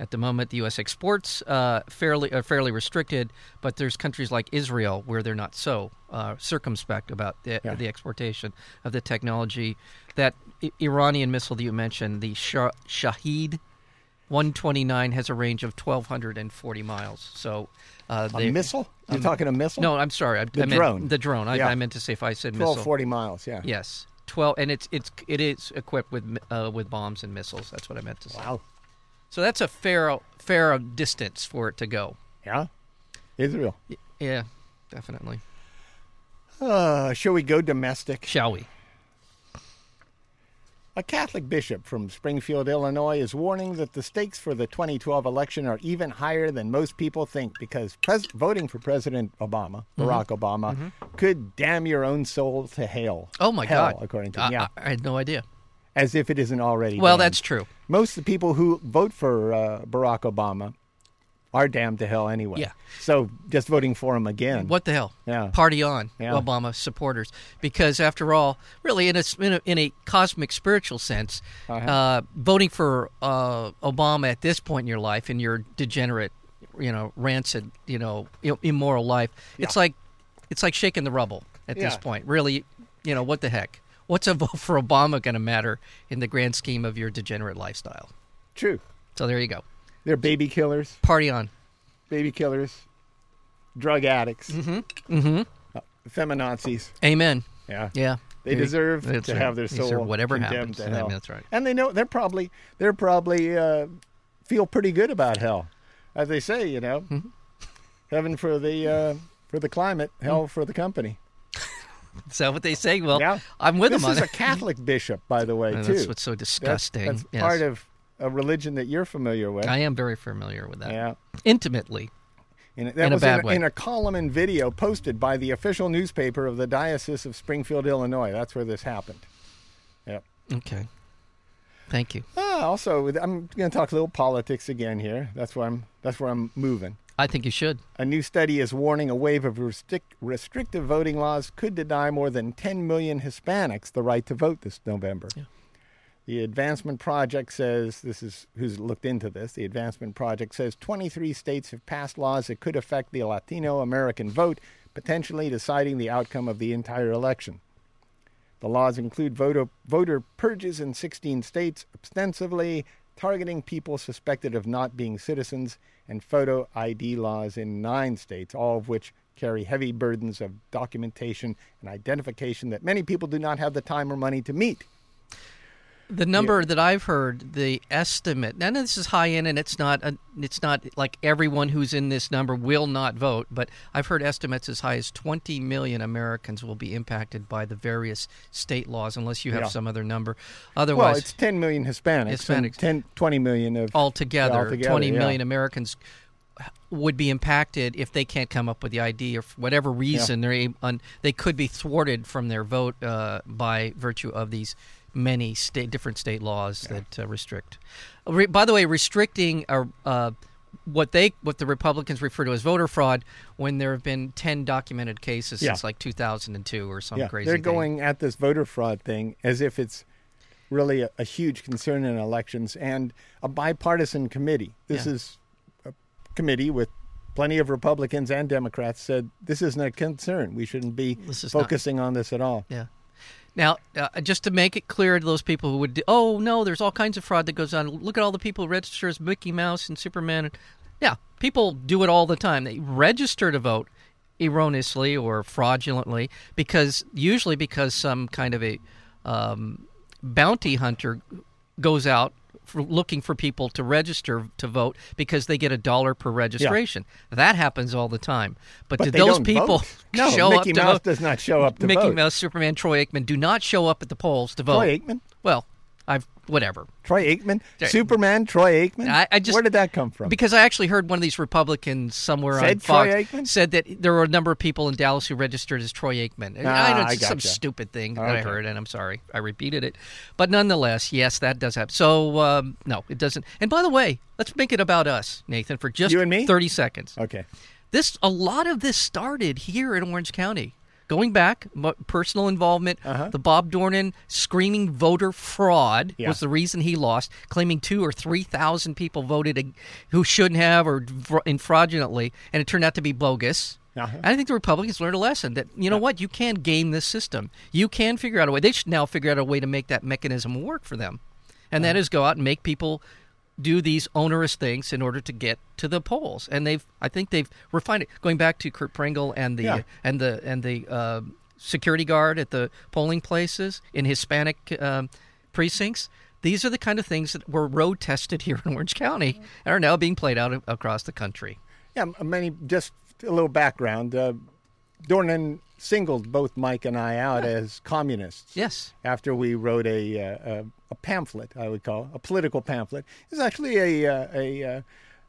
Speaker 2: At the moment, the U.S. exports uh, fairly are fairly restricted, but there's countries like Israel where they're not so uh, circumspect about the,
Speaker 1: Yeah.
Speaker 2: the exportation of the technology. That I- Iranian missile that you mentioned, the Shah- Shahid 129 has a range of 1,240 miles. So uh,
Speaker 1: A
Speaker 2: they-
Speaker 1: missile? You're talking a missile?
Speaker 2: No, I'm sorry. I,
Speaker 1: The
Speaker 2: I meant,
Speaker 1: drone.
Speaker 2: The drone. I,
Speaker 1: Yeah.
Speaker 2: I meant to say if I said
Speaker 1: twelve
Speaker 2: missile.
Speaker 1: forty miles. Yeah.
Speaker 2: Yes, 12, and it's it's it is equipped with mi- uh, with bombs and missiles. That's what I meant to say.
Speaker 1: Wow.
Speaker 2: So that's a fair fair distance for it to go.
Speaker 1: Yeah. Israel.
Speaker 2: Y- Yeah, definitely.
Speaker 1: Uh, shall we go domestic?
Speaker 2: Shall we?
Speaker 1: A Catholic bishop from Springfield, Illinois, is warning that the stakes for the 2012 election are even higher than most people think because pres- voting for President Obama,
Speaker 2: Mm-hmm.
Speaker 1: Barack Obama, could damn your own soul to hell.
Speaker 2: Oh my
Speaker 1: hell,
Speaker 2: God!
Speaker 1: According to
Speaker 2: I,
Speaker 1: him, yeah,
Speaker 2: I, I had no idea.
Speaker 1: as if it isn't already.
Speaker 2: Well,
Speaker 1: damned.
Speaker 2: that's true.
Speaker 1: Most of the people who vote for uh, Barack Obama are damned to hell anyway.
Speaker 2: Yeah.
Speaker 1: So just voting for him again.
Speaker 2: What the hell?
Speaker 1: Yeah.
Speaker 2: Party on,
Speaker 1: Yeah.
Speaker 2: Obama supporters. Because after all, really, in a, s- in a, in a cosmic spiritual sense, uh
Speaker 1: Uh-huh.
Speaker 2: voting for uh, Obama at this point in your life, in your degenerate, you know, rancid, you know, i- immoral life, it's like it's like shaking the rubble at this
Speaker 1: Yeah.
Speaker 2: point. Really, you know, what the heck? What's a [laughs] vote for Obama going to matter in the grand scheme of your degenerate lifestyle?
Speaker 1: True.
Speaker 2: So there you go.
Speaker 1: They're baby killers,
Speaker 2: Party on.
Speaker 1: baby killers, drug addicts, mm-hmm. Mm-hmm. feminazis.
Speaker 2: Amen.
Speaker 1: Yeah.
Speaker 2: Yeah.
Speaker 1: They deserve
Speaker 2: That's
Speaker 1: to
Speaker 2: right.
Speaker 1: have their
Speaker 2: They
Speaker 1: soul
Speaker 2: deserve whatever
Speaker 1: condemned
Speaker 2: happens
Speaker 1: to
Speaker 2: to them,
Speaker 1: hell.
Speaker 2: that's right.
Speaker 1: And they know they're probably they're probably uh, feel pretty good about hell, as they say. You know,
Speaker 2: Mm-hmm.
Speaker 1: heaven for the uh, for the climate, hell for the company.
Speaker 2: Is that what they say? Mm. Well,
Speaker 1: Yeah.
Speaker 2: I'm with
Speaker 1: This
Speaker 2: them on
Speaker 1: is a
Speaker 2: it.
Speaker 1: Catholic bishop, by the way,
Speaker 2: And
Speaker 1: too.
Speaker 2: That's what's so
Speaker 1: That's-
Speaker 2: disgusting.
Speaker 1: That's,
Speaker 2: Yes.
Speaker 1: part of a religion that you're familiar with.
Speaker 2: I am very familiar with that.
Speaker 1: yeah.
Speaker 2: Intimately.
Speaker 1: And that
Speaker 2: In a
Speaker 1: was
Speaker 2: bad
Speaker 1: in, a,
Speaker 2: way.
Speaker 1: in a column and video posted by the official newspaper of the Diocese of Springfield, Illinois. That's where this happened. Yep.
Speaker 2: Okay. Thank you.
Speaker 1: Ah, also, I'm going to talk a little politics again here. That's where I'm. That's where I'm moving.
Speaker 2: I think you should.
Speaker 1: A new study is warning a wave of restrict, restrictive voting laws could deny more than 10 million Hispanics the right to vote this November. The Advancement Project says this is who's looked into this. The Advancement Project says 23 states have passed laws that could affect the Latino American vote, potentially deciding the outcome of the entire election. The laws include voter, voter purges in 16 states, ostensibly targeting people suspected of not being citizens, and photo ID laws in nine states, all of which carry heavy burdens of documentation and identification that many people do not have the time or money to meet.
Speaker 2: The number that I've heard, the estimate. Now, this is high end, and it's not. A, it's not like everyone who's in this number will not vote. But I've heard estimates as high as 20 million Americans will be impacted by the various state laws, unless you have
Speaker 1: Yeah.
Speaker 2: some other number.
Speaker 1: Well,
Speaker 2: Otherwise,
Speaker 1: it's 10 million Hispanics. and
Speaker 2: Hispanics.
Speaker 1: 10, 20 million of.
Speaker 2: altogether,
Speaker 1: Yeah,
Speaker 2: twenty
Speaker 1: altogether,
Speaker 2: million
Speaker 1: yeah.
Speaker 2: Americans would be impacted if they can't come up with the ID or for whatever reason they're ab- un, they could be thwarted from their vote uh, by virtue of these many state different state laws that uh, restrict. Re, by the way, restricting uh, uh, what they what the Republicans refer to as voter fraud when there have been ten documented cases
Speaker 1: Yeah.
Speaker 2: since like two thousand and two or some
Speaker 1: yeah,
Speaker 2: crazy.
Speaker 1: they're
Speaker 2: thing.
Speaker 1: going at this voter fraud thing as if it's really a, a huge concern in elections and a bipartisan committee. This
Speaker 2: Yeah.
Speaker 1: is a committee with plenty of Republicans and Democrats said this isn't a concern. We shouldn't be
Speaker 2: This is not-
Speaker 1: focusing on this at all.
Speaker 2: Yeah. Now, uh, just to make it clear to those people who would, oh no, there's all kinds of fraud that goes on. Look at all the people who register as Mickey Mouse and Superman. Yeah, people do it all the time. They register to vote erroneously or fraudulently because usually because some kind of a um, bounty hunter goes out for looking for people to register to vote because they get a dollar per registration. That happens all the time. But,
Speaker 1: But
Speaker 2: did
Speaker 1: they
Speaker 2: those
Speaker 1: don't
Speaker 2: people
Speaker 1: vote. No,
Speaker 2: [laughs] show
Speaker 1: Mickey
Speaker 2: up to
Speaker 1: Mouse
Speaker 2: vote?
Speaker 1: does not show up to
Speaker 2: Mickey
Speaker 1: vote.
Speaker 2: Mouse, uh, Superman, Troy Aikman do not show up at the polls to vote.
Speaker 1: Troy Aikman?
Speaker 2: Well, I've whatever.
Speaker 1: Troy Aikman?
Speaker 2: Sorry.
Speaker 1: Superman Troy Aikman?
Speaker 2: I, I just
Speaker 1: Where did that come from?
Speaker 2: Because I actually heard one of these Republicans somewhere on
Speaker 1: Said
Speaker 2: Fox
Speaker 1: Troy Aikman?
Speaker 2: said that there were a number of people in Dallas who registered as Troy Aikman. And I
Speaker 1: Ah,
Speaker 2: don't,
Speaker 1: I
Speaker 2: some
Speaker 1: gotcha.
Speaker 2: stupid thing that I
Speaker 1: Okay.
Speaker 2: heard, and I'm sorry I repeated it, but nonetheless, yes, that does happen. So um, no, it doesn't. And by the way, let's make it about us, Nathan, for just
Speaker 1: You and me?
Speaker 2: thirty seconds.
Speaker 1: okay.
Speaker 2: This a lot of this started here in Orange County. Going back, mo- personal involvement, the Bob Dornan screaming voter fraud
Speaker 1: Uh-huh. Yeah.
Speaker 2: was the reason he lost, claiming two or three thousand people voted ag- who shouldn't have or fr- and fraudulently, and it turned out to be bogus.
Speaker 1: Uh-huh.
Speaker 2: And I think the Republicans learned a lesson that you know what you can game this system. You can figure out a way. They should now figure out a way to make that mechanism work for them, and that is go out and make people do these onerous things in order to get to the polls. And they've, I think they've refined it. Going back to Kurt Pringle and the
Speaker 1: Yeah.
Speaker 2: and the and the uh, security guard at the polling places in Hispanic um, precincts. These are the kind of things that were road tested [laughs] here in Orange County and are now being played out a- across the country.
Speaker 1: Yeah, m- many. Just a little background. Uh, Dornan singled both Mike and I out as communists.
Speaker 2: Yes.
Speaker 1: After we wrote a, uh, a a pamphlet, I would call a political pamphlet. It's actually a uh, a uh,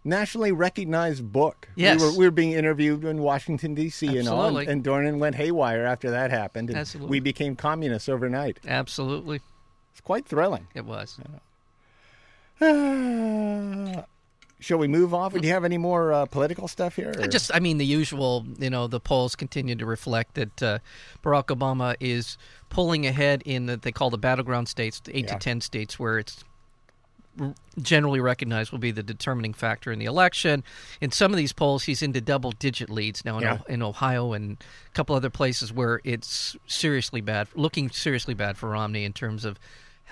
Speaker 1: nationally recognized book.
Speaker 2: Yes.
Speaker 1: We were, we were being interviewed in Washington D.C. and all,
Speaker 2: Absolutely.
Speaker 1: and, and Dornan went haywire after that happened. And
Speaker 2: Absolutely.
Speaker 1: We became communists overnight.
Speaker 2: Absolutely.
Speaker 1: It's quite thrilling. [sighs]
Speaker 2: It was.
Speaker 1: Shall we move off? Do you have any more uh, political stuff here? or-
Speaker 2: Just, I mean, the usual, you know, the polls continue to reflect that uh, Barack Obama is pulling ahead in that they call the battleground states, the eight
Speaker 1: Yeah.
Speaker 2: to 10 states where it's r- generally recognized will be the determining factor in the election. In some of these polls, he's into double digit leads now in,
Speaker 1: Yeah.
Speaker 2: O- in Ohio and a couple other places where it's seriously bad, looking seriously bad for Romney in terms of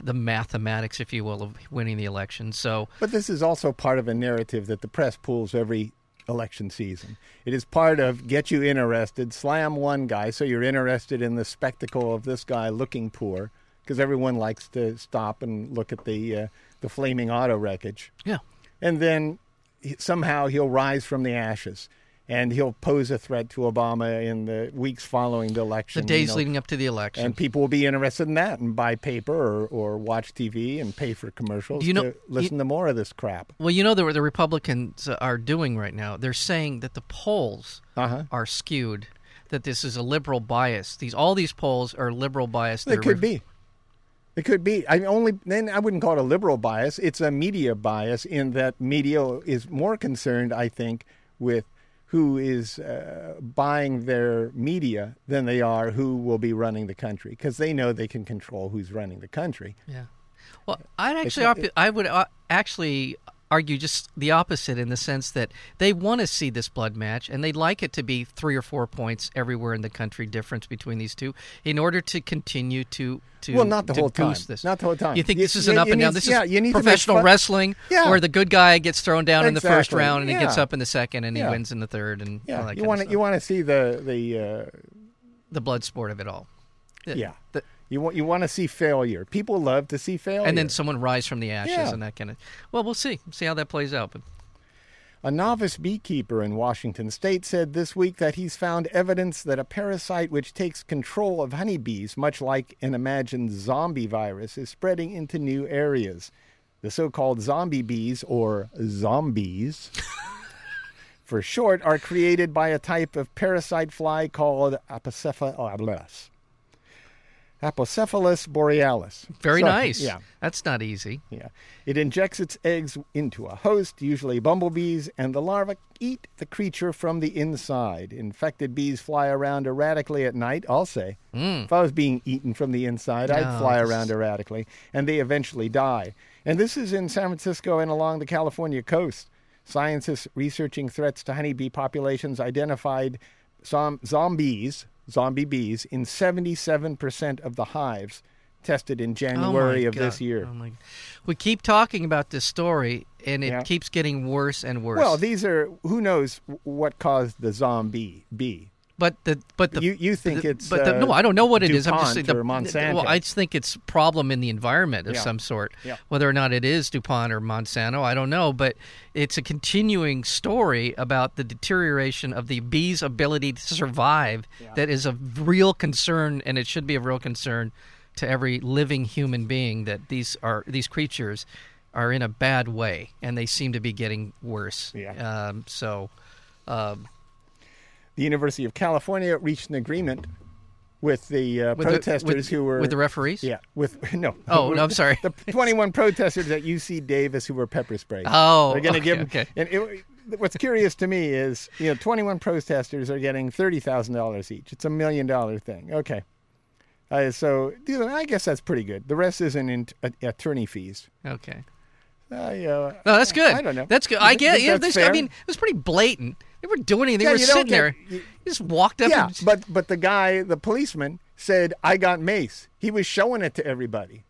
Speaker 2: the mathematics, if you will, of winning the election. So,
Speaker 1: But this is also part of a narrative that the press pulls every election season. It is part of get you interested, slam one guy so you're interested in the spectacle of this guy looking poor, because everyone likes to stop and look at the uh, the flaming auto wreckage.
Speaker 2: yeah.
Speaker 1: And then he- somehow he'll rise from the ashes. And he'll pose a threat to Obama in the weeks following the election.
Speaker 2: The
Speaker 1: you
Speaker 2: days
Speaker 1: know.
Speaker 2: leading up to the election.
Speaker 1: And people will be interested in that and buy paper or, or watch TV and pay for commercials
Speaker 2: Do you know-
Speaker 1: to listen to more of this crap.
Speaker 2: Well, you know the, the Republicans are doing right now. They're saying that the polls
Speaker 1: Uh-huh.
Speaker 2: are skewed. That this is a liberal bias. These all these polls are liberal bias.
Speaker 1: It could be. It could be. I mean, only then I wouldn't call it a liberal bias. It's a media bias in that media is more concerned, I think, with who is uh, buying their media than they are who will be running the country because they know they can control who's running the country.
Speaker 2: Yeah. Well, I'd actually, op- I would uh, actually argue just the opposite in the sense that they want to see this blood match and they'd like it to be three or four points everywhere in the country difference between these two in order to continue to. To,
Speaker 1: Well, not the
Speaker 2: to
Speaker 1: whole time.
Speaker 2: goose This.
Speaker 1: Not the whole time.
Speaker 2: You think
Speaker 1: You-
Speaker 2: this is
Speaker 1: you-
Speaker 2: an up
Speaker 1: you
Speaker 2: and down?
Speaker 1: need-
Speaker 2: This
Speaker 1: yeah,
Speaker 2: is
Speaker 1: you need to make
Speaker 2: professional
Speaker 1: fun-
Speaker 2: wrestling,
Speaker 1: Yeah.
Speaker 2: where the good guy gets thrown down in the first
Speaker 1: Exactly.
Speaker 2: round and he gets
Speaker 1: Yeah.
Speaker 2: up in the second and
Speaker 1: Yeah.
Speaker 2: he wins in the third and
Speaker 1: Yeah,
Speaker 2: all that
Speaker 1: you
Speaker 2: kind
Speaker 1: want
Speaker 2: of
Speaker 1: to you
Speaker 2: stuff.
Speaker 1: want to see the the uh,
Speaker 2: the blood sport of it all. The-
Speaker 1: yeah
Speaker 2: the-
Speaker 1: you want you want to see failure. People love to see failure.
Speaker 2: and then someone rise from the ashes
Speaker 1: Oh, Yeah.
Speaker 2: and that kind of. Well, we'll see. See how that plays out. But
Speaker 1: A novice beekeeper in Washington state said this week that he's found evidence that a parasite which takes control of honeybees, much like an imagined zombie virus, is spreading into new areas. The so called zombie bees, or zombies, [laughs] for short, are created by a type of parasite fly called Apocephalus. Apocephalus borealis.
Speaker 2: Very
Speaker 1: So-
Speaker 2: nice.
Speaker 1: Yeah.
Speaker 2: That's not easy.
Speaker 1: Yeah. It injects its eggs into a host, usually bumblebees, and the larvae eat the creature from the inside. Infected bees fly around erratically at night, I'll say. If I was being eaten from the inside, I'd
Speaker 2: Hmm. No,
Speaker 1: fly
Speaker 2: this-
Speaker 1: around erratically, and they eventually die. And this is in San Francisco and along the California coast. Scientists researching threats to honeybee populations identified som- zombies, zombie bees, in 77% of the hives tested in January
Speaker 2: oh my
Speaker 1: of this
Speaker 2: God.
Speaker 1: year.
Speaker 2: Oh my. We keep talking about this story, and it
Speaker 1: Yeah.
Speaker 2: keeps getting worse and worse.
Speaker 1: Well, these are who knows what caused the zombie bee.
Speaker 2: but the but the
Speaker 1: You- you think
Speaker 2: the-
Speaker 1: it's,
Speaker 2: but the,
Speaker 1: uh,
Speaker 2: no, I don't know what it is. I'm just saying
Speaker 1: DuPont
Speaker 2: the
Speaker 1: or Monsanto.
Speaker 2: Well, I just think it's a problem in the environment of
Speaker 1: Yeah.
Speaker 2: some sort.
Speaker 1: Yeah.
Speaker 2: Whether or not it is DuPont or Monsanto, I don't know, but it's a continuing story about the deterioration of the bee's ability to survive. That is a real concern, and it should be a real concern to every living human being that these are these creatures are in a bad way, and they seem to be getting worse.
Speaker 1: Yeah.
Speaker 2: Um, so. Um,
Speaker 1: The University of California reached an agreement with the uh,
Speaker 2: with the- with-
Speaker 1: protesters who were
Speaker 2: with the referees.
Speaker 1: Yeah, with [laughs] no.
Speaker 2: Oh, no, I'm sorry.
Speaker 1: The 21 protesters at UC Davis who were pepper sprayed.
Speaker 2: Oh,
Speaker 1: they're going to
Speaker 2: okay,
Speaker 1: give.
Speaker 2: okay.
Speaker 1: And it, what's curious to me is, you know, 21 protesters are getting thirty thousand dollars each. It's a million dollar thing. Okay, uh, so you know, I guess that's pretty good. The rest isn't in uh, attorney fees.
Speaker 2: Okay.
Speaker 1: Uh, you know,
Speaker 2: No, that's good.
Speaker 1: I don't know.
Speaker 2: That's good.
Speaker 1: You
Speaker 2: I
Speaker 1: think-
Speaker 2: get.
Speaker 1: think
Speaker 2: Yeah,
Speaker 1: that's
Speaker 2: this, I
Speaker 1: fair?
Speaker 2: mean, it was pretty blatant. They weren't doing anything.
Speaker 1: Yeah,
Speaker 2: they were
Speaker 1: you don't
Speaker 2: sitting
Speaker 1: get-
Speaker 2: there.
Speaker 1: you-
Speaker 2: They just walked up.
Speaker 1: Yeah,
Speaker 2: and just-
Speaker 1: but but the guy, the policeman, said I got mace. He was showing it to everybody.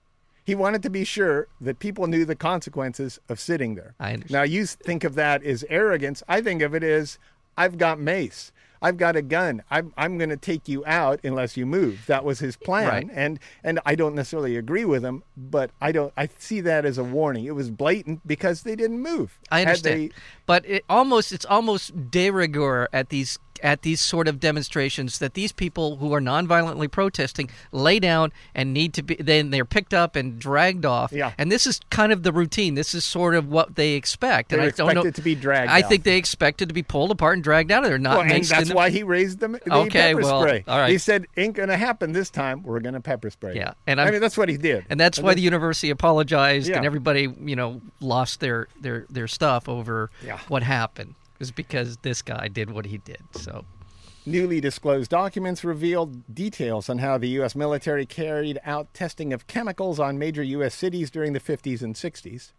Speaker 1: He wanted to be sure that people knew the consequences of sitting there.
Speaker 2: I understand.
Speaker 1: Now, you think of that as arrogance. I think of it as I've got mace. I've got a gun. I'm, I'm going to take you out unless you move. That was his plan.
Speaker 2: Right.
Speaker 1: And, and I don't necessarily agree with him, but I, don't, I see that as a warning. It was blatant because they didn't move.
Speaker 2: I
Speaker 1: Had
Speaker 2: understand,
Speaker 1: they-
Speaker 2: but it almost it's almost de rigueur at these at these sort of demonstrations that these people who are nonviolently protesting lay down and need to be then they're picked up and dragged off.
Speaker 1: Yeah.
Speaker 2: and this is kind of the routine. This is sort of what they expect. and
Speaker 1: They're
Speaker 2: I don't know,
Speaker 1: expected to be dragged
Speaker 2: I
Speaker 1: out.
Speaker 2: think they expected to be pulled apart and dragged out of there. Not
Speaker 1: Well, and
Speaker 2: mixed in
Speaker 1: that's
Speaker 2: the-
Speaker 1: why he raised them. The
Speaker 2: Okay,
Speaker 1: pepper
Speaker 2: well,
Speaker 1: spray.
Speaker 2: all right.
Speaker 1: He said, "Ain't gonna happen this time. We're gonna pepper spray."
Speaker 2: Yeah, and
Speaker 1: I
Speaker 2: I'm-
Speaker 1: mean that's what he did.
Speaker 2: and that's why the university apologized and
Speaker 1: Yeah.
Speaker 2: everybody you know lost their their their stuff over
Speaker 1: Yeah.
Speaker 2: what happened. It was because this guy did what he did. So.
Speaker 1: Newly disclosed documents revealed details on how the U.S. military carried out testing of chemicals on major U.S. cities during the 50s and 60s.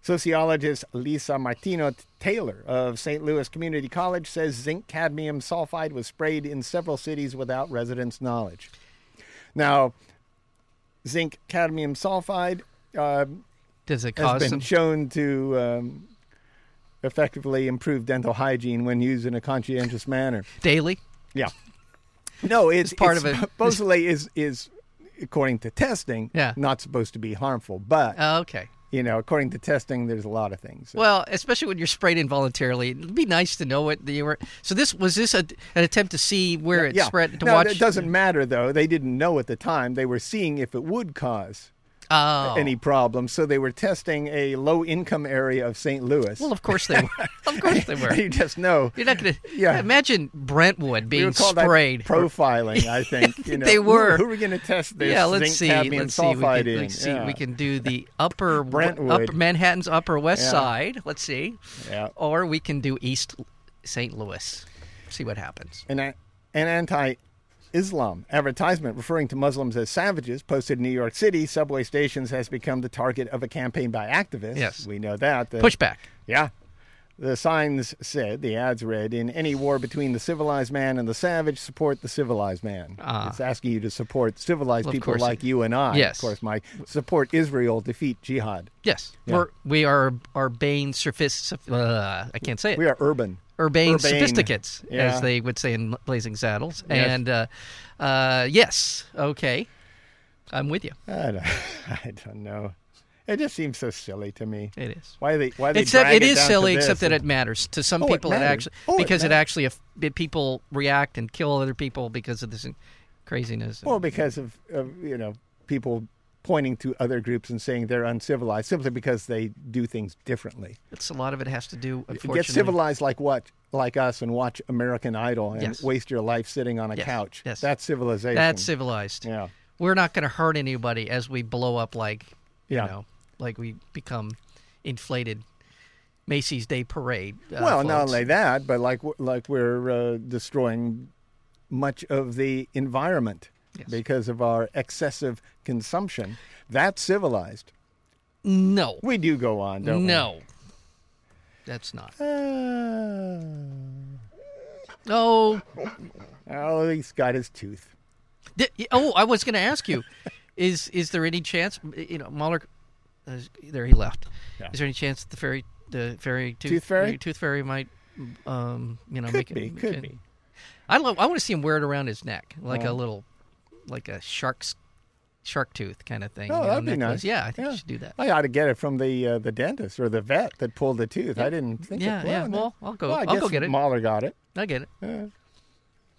Speaker 1: Sociologist Lisa Martino Taylor of St. Louis Community College says zinc cadmium sulfide was sprayed in several cities without residents' knowledge. Now, zinc cadmium sulfide uh,
Speaker 2: Does it
Speaker 1: has
Speaker 2: cause
Speaker 1: been
Speaker 2: some
Speaker 1: shown to um, effectively improve dental hygiene when used in a conscientious manner.
Speaker 2: daily?
Speaker 1: Yeah. No, it's,
Speaker 2: part
Speaker 1: it's
Speaker 2: of
Speaker 1: [laughs]
Speaker 2: it.
Speaker 1: Supposedly is is according to testing,
Speaker 2: Yeah.
Speaker 1: not supposed to be harmful. But
Speaker 2: Oh, okay.
Speaker 1: you know, according to testing, there's a lot of things.
Speaker 2: Well, especially when you're sprayed involuntarily, it'd be nice to know what you were. So this was this a, an attempt to see where it spread to
Speaker 1: no,
Speaker 2: watch.
Speaker 1: it doesn't matter though. They didn't know at the time. They were seeing if it would cause
Speaker 2: Oh.
Speaker 1: any problems, so they were testing a low-income area of St. Louis.
Speaker 2: well, of course they were. of course they
Speaker 1: [laughs]
Speaker 2: were.
Speaker 1: you just know
Speaker 2: You're not gonna.
Speaker 1: Yeah.
Speaker 2: Imagine Brentwood
Speaker 1: We
Speaker 2: being
Speaker 1: would call that
Speaker 2: sprayed.
Speaker 1: profiling.
Speaker 2: [laughs]
Speaker 1: I think you know,
Speaker 2: They were.
Speaker 1: Who, who are we going to test this?
Speaker 2: yeah, let's
Speaker 1: zinc,
Speaker 2: see.
Speaker 1: cadmium
Speaker 2: Let's see. We
Speaker 1: sulfide
Speaker 2: can,
Speaker 1: in?
Speaker 2: let's see.
Speaker 1: Yeah.
Speaker 2: We can do the
Speaker 1: [laughs]
Speaker 2: upper
Speaker 1: Brentwood.
Speaker 2: upper Manhattan's Upper West
Speaker 1: Yeah.
Speaker 2: Side. Let's see.
Speaker 1: Yeah.
Speaker 2: Or we can do East St. Louis. See what happens.
Speaker 1: An, a- an anti Islam advertisement referring to Muslims as savages posted in New York City subway stations has become the target of a campaign by activists.
Speaker 2: Yes.
Speaker 1: We know that. The-
Speaker 2: Pushback.
Speaker 1: Yeah. The signs said, the ads read, in any war between the civilized man and the savage, support the civilized man.
Speaker 2: Ah.
Speaker 1: It's asking you to support civilized
Speaker 2: Well, of
Speaker 1: people
Speaker 2: course
Speaker 1: like you and I.
Speaker 2: Yes.
Speaker 1: Of course, Mike. Support Israel, defeat jihad.
Speaker 2: Yes,
Speaker 1: Yeah.
Speaker 2: we're we are urbane sophist. Uh, I can't say it.
Speaker 1: We are urban.
Speaker 2: urbane,
Speaker 1: urbane.
Speaker 2: sophisticates,
Speaker 1: Yeah.
Speaker 2: as they would say in Blazing Saddles.
Speaker 1: Yes.
Speaker 2: And uh, uh, yes, okay, I'm with you.
Speaker 1: I don't, [laughs] I don't know. It just seems so silly to me.
Speaker 2: It is.
Speaker 1: Why they? Why they?
Speaker 2: Except
Speaker 1: drag
Speaker 2: it is
Speaker 1: down to
Speaker 2: silly,
Speaker 1: this
Speaker 2: except that
Speaker 1: and-
Speaker 2: it matters to some
Speaker 1: Oh, it
Speaker 2: people. It,
Speaker 1: matters.
Speaker 2: actually
Speaker 1: Oh, it
Speaker 2: because it,
Speaker 1: matters.
Speaker 2: actually aff- it- people react and kill other people because of this craziness.
Speaker 1: Well, because of, of you know people pointing to other groups and saying they're uncivilized simply because they do things differently.
Speaker 2: it's a lot of it has to do. Unfortunately,
Speaker 1: Get civilized like what? Like us and watch American Idol and
Speaker 2: Yes.
Speaker 1: waste your life sitting on a
Speaker 2: Yes,
Speaker 1: couch.
Speaker 2: yes.
Speaker 1: That's civilization.
Speaker 2: that's civilized.
Speaker 1: yeah.
Speaker 2: We're not going to hurt anybody as we blow up like
Speaker 1: Yeah.
Speaker 2: you know, like we become inflated Macy's Day Parade. uh,
Speaker 1: well, not
Speaker 2: floats.
Speaker 1: only that, but like w- like we're uh, destroying much of the environment
Speaker 2: Yes.
Speaker 1: because of our excessive consumption. That's civilized.
Speaker 2: No.
Speaker 1: We do go on, don't
Speaker 2: No. That's not.
Speaker 1: we? Ah.
Speaker 2: Oh,
Speaker 1: Oh, he's got his tooth.
Speaker 2: th- oh! I was going to ask you, is is there any chance? You know, Mahler, uh, there he left.
Speaker 1: Yeah.
Speaker 2: Is there any chance that the fairy, the fairy tooth,
Speaker 1: Tooth fairy?
Speaker 2: tooth fairy might, um, you know,
Speaker 1: Could
Speaker 2: make it-
Speaker 1: be,
Speaker 2: make
Speaker 1: could
Speaker 2: it-
Speaker 1: be.
Speaker 2: I love. I want to see him wear it around his neck, like
Speaker 1: Yeah.
Speaker 2: a little, like a shark's, shark tooth kind of thing.
Speaker 1: Oh,
Speaker 2: you know,
Speaker 1: that'd be nice.
Speaker 2: necklace. Yeah, I think
Speaker 1: Yeah.
Speaker 2: you should do that.
Speaker 1: I ought to get it from the uh, the dentist or the vet that pulled the tooth. I didn't think.
Speaker 2: Yeah,
Speaker 1: it,
Speaker 2: yeah,
Speaker 1: then-
Speaker 2: well, I'll go-
Speaker 1: Well, I
Speaker 2: I'll go
Speaker 1: guess
Speaker 2: get it.
Speaker 1: Mahler got it.
Speaker 2: I get it.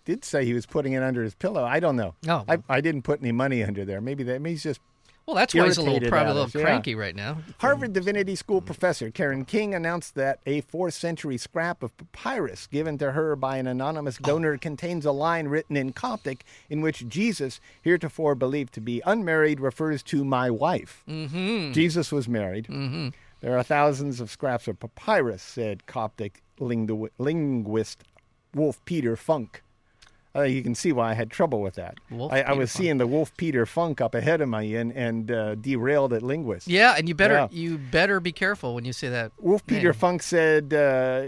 Speaker 1: Did say he was putting it under his pillow. I don't know.
Speaker 2: Oh.
Speaker 1: I, I didn't put any money under there. Maybe that. Maybe he's just.
Speaker 2: Well, that's why he's a little
Speaker 1: Irritated
Speaker 2: probably
Speaker 1: at
Speaker 2: a
Speaker 1: us,
Speaker 2: little
Speaker 1: yeah.
Speaker 2: cranky right now.
Speaker 1: Harvard Divinity School professor Karen King announced that a fourth century scrap of papyrus given to her by an anonymous donor contains a line written in Coptic in which Jesus, heretofore believed to be unmarried, refers to my wife. Mm-hmm. Jesus was married. Mm-hmm. There are thousands of scraps of papyrus, said Coptic lingu- linguist Wolf Peter Funk. Uh, you can see why I had trouble with that.
Speaker 2: Wolf
Speaker 1: I, I
Speaker 2: Peter
Speaker 1: was
Speaker 2: Funk.
Speaker 1: seeing the Wolf Peter Funk up ahead of me and, and uh, derailed at linguist.
Speaker 2: Yeah, and you better
Speaker 1: Yeah.
Speaker 2: you better be careful when you say that.
Speaker 1: Wolf Peter
Speaker 2: name.
Speaker 1: Funk said, uh,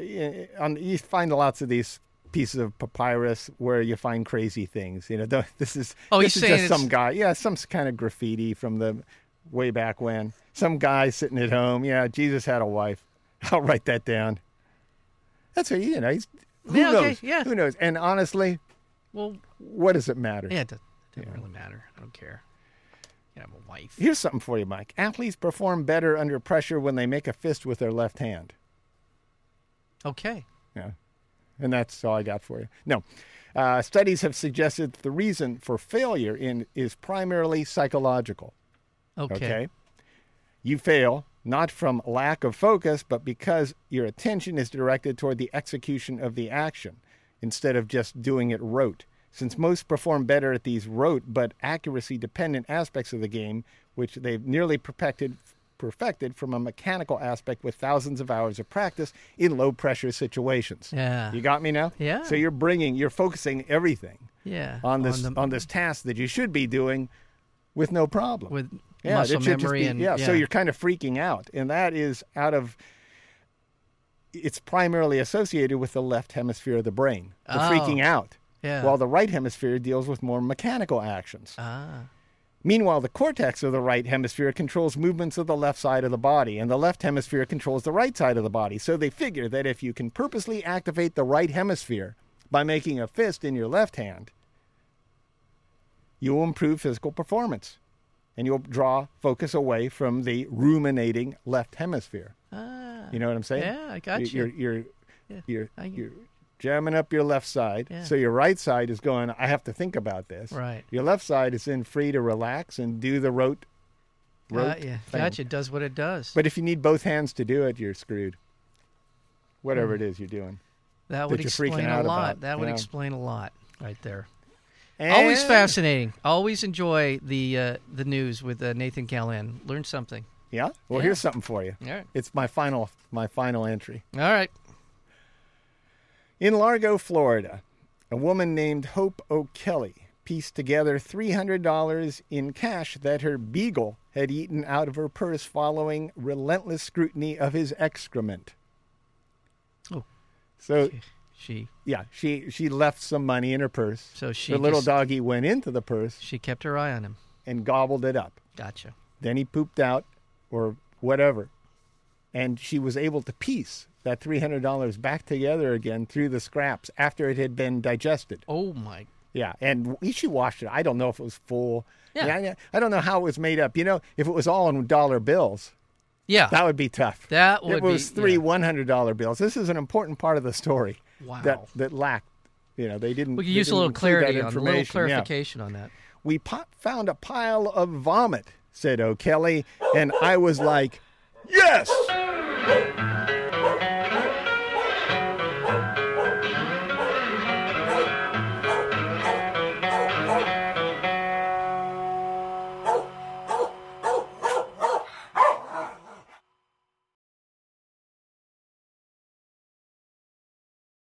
Speaker 1: on, you find lots of these pieces of papyrus where you find crazy things. You know, th- [laughs] this is
Speaker 2: Oh,
Speaker 1: this
Speaker 2: you're
Speaker 1: is
Speaker 2: saying
Speaker 1: just
Speaker 2: it's-
Speaker 1: some guy. Yeah, some kind of graffiti from the way back when. Some guy sitting at home. Yeah, Jesus had a wife. [laughs] I'll write that down. That's what you know. He's who
Speaker 2: Yeah, okay,
Speaker 1: knows?
Speaker 2: yeah.
Speaker 1: Who knows? And honestly,
Speaker 2: Well,
Speaker 1: what does it matter?
Speaker 2: yeah, it doesn't, doesn't really matter. I don't care. You have a wife.
Speaker 1: Here's something for you, Mike. Athletes perform better under pressure when they make a fist with their left hand.
Speaker 2: Okay.
Speaker 1: Yeah. And that's all I got for you. No. Uh, studies have suggested the reason for failure in is primarily psychological.
Speaker 2: Okay.
Speaker 1: Okay. You fail not from lack of focus, but because your attention is directed toward the execution of the action instead of just doing it rote. Since most perform better at these rote but accuracy dependent aspects of the game, which they've nearly perfected, perfected from a mechanical aspect with thousands of hours of practice in low pressure situations.
Speaker 2: Yeah.
Speaker 1: You got me now?
Speaker 2: Yeah.
Speaker 1: So you're bringing, you're focusing everything
Speaker 2: Yeah.
Speaker 1: on this on,
Speaker 2: the-
Speaker 1: this task that you should be doing with no problem
Speaker 2: with
Speaker 1: yeah,
Speaker 2: muscle
Speaker 1: it should just
Speaker 2: memory
Speaker 1: be-
Speaker 2: and
Speaker 1: yeah, so you're kind of freaking out, and that is out of. It's primarily associated with the left hemisphere of the brain, the
Speaker 2: Oh.
Speaker 1: freaking out,
Speaker 2: Yeah.
Speaker 1: while the right hemisphere deals with more mechanical actions.
Speaker 2: ah.
Speaker 1: Meanwhile, the cortex of the right hemisphere controls movements of the left side of the body, and the left hemisphere controls the right side of the body. So they figure that if you can purposely activate the right hemisphere by making a fist in your left hand, you will improve physical performance and you'll draw focus away from the ruminating left hemisphere.
Speaker 2: Ah.
Speaker 1: You know what I'm saying?
Speaker 2: Yeah, I got
Speaker 1: You're,
Speaker 2: you.
Speaker 1: you're,
Speaker 2: Yeah,
Speaker 1: you're, you're,
Speaker 2: I-
Speaker 1: you're jamming up your left side.
Speaker 2: Yeah.
Speaker 1: So your right side is going, I have to think about this.
Speaker 2: Right.
Speaker 1: Your left side is then free to relax and do the rote.
Speaker 2: Uh,
Speaker 1: rote
Speaker 2: yeah.
Speaker 1: thing.
Speaker 2: Gotcha. It does what it does.
Speaker 1: But if you need both hands to do it, you're screwed. Whatever
Speaker 2: Hmm.
Speaker 1: it is you're doing.
Speaker 2: that would
Speaker 1: you're freaking
Speaker 2: explain a
Speaker 1: out
Speaker 2: lot.
Speaker 1: about,
Speaker 2: That would
Speaker 1: yeah.
Speaker 2: explain a lot right there. Always
Speaker 1: And-
Speaker 2: fascinating. Always enjoy the uh, the news with uh, Nathan Callan. Learn something.
Speaker 1: Yeah. Well,
Speaker 2: Yeah.
Speaker 1: here's something for you.
Speaker 2: All right.
Speaker 1: It's my final, my final entry.
Speaker 2: All right.
Speaker 1: In Largo, Florida, a woman named Hope O'Kelly pieced together $300 in cash that her beagle had eaten out of her purse following relentless scrutiny of his excrement.
Speaker 2: Oh.
Speaker 1: So,
Speaker 2: She
Speaker 1: yeah, she, she left some money in her purse.
Speaker 2: so she
Speaker 1: the little
Speaker 2: just-
Speaker 1: doggy went into the purse
Speaker 2: she kept her eye on him.
Speaker 1: and gobbled it up.
Speaker 2: Gotcha.
Speaker 1: Then he pooped out or whatever. And she was able to piece that $300 back together again through the scraps after it had been digested.
Speaker 2: Oh my.
Speaker 1: Yeah, and we- she washed it. I don't know if it was full.
Speaker 2: Yeah.
Speaker 1: I, know- I don't know how it was made up. You know, if it was all in dollar bills,
Speaker 2: Yeah.
Speaker 1: that would be tough.
Speaker 2: That would
Speaker 1: it was
Speaker 2: be-
Speaker 1: three
Speaker 2: yeah.
Speaker 1: one hundred dollar bills. This is an important part of the story.
Speaker 2: Wow.
Speaker 1: That that lacked. You know, they didn't.
Speaker 2: we could
Speaker 1: they
Speaker 2: use a
Speaker 1: didn't
Speaker 2: little
Speaker 1: include that
Speaker 2: clarity on a little
Speaker 1: information. Yeah.
Speaker 2: clarification on that.
Speaker 1: We po- found a pile of vomit," said O'Kelly, and I was like, "Yes."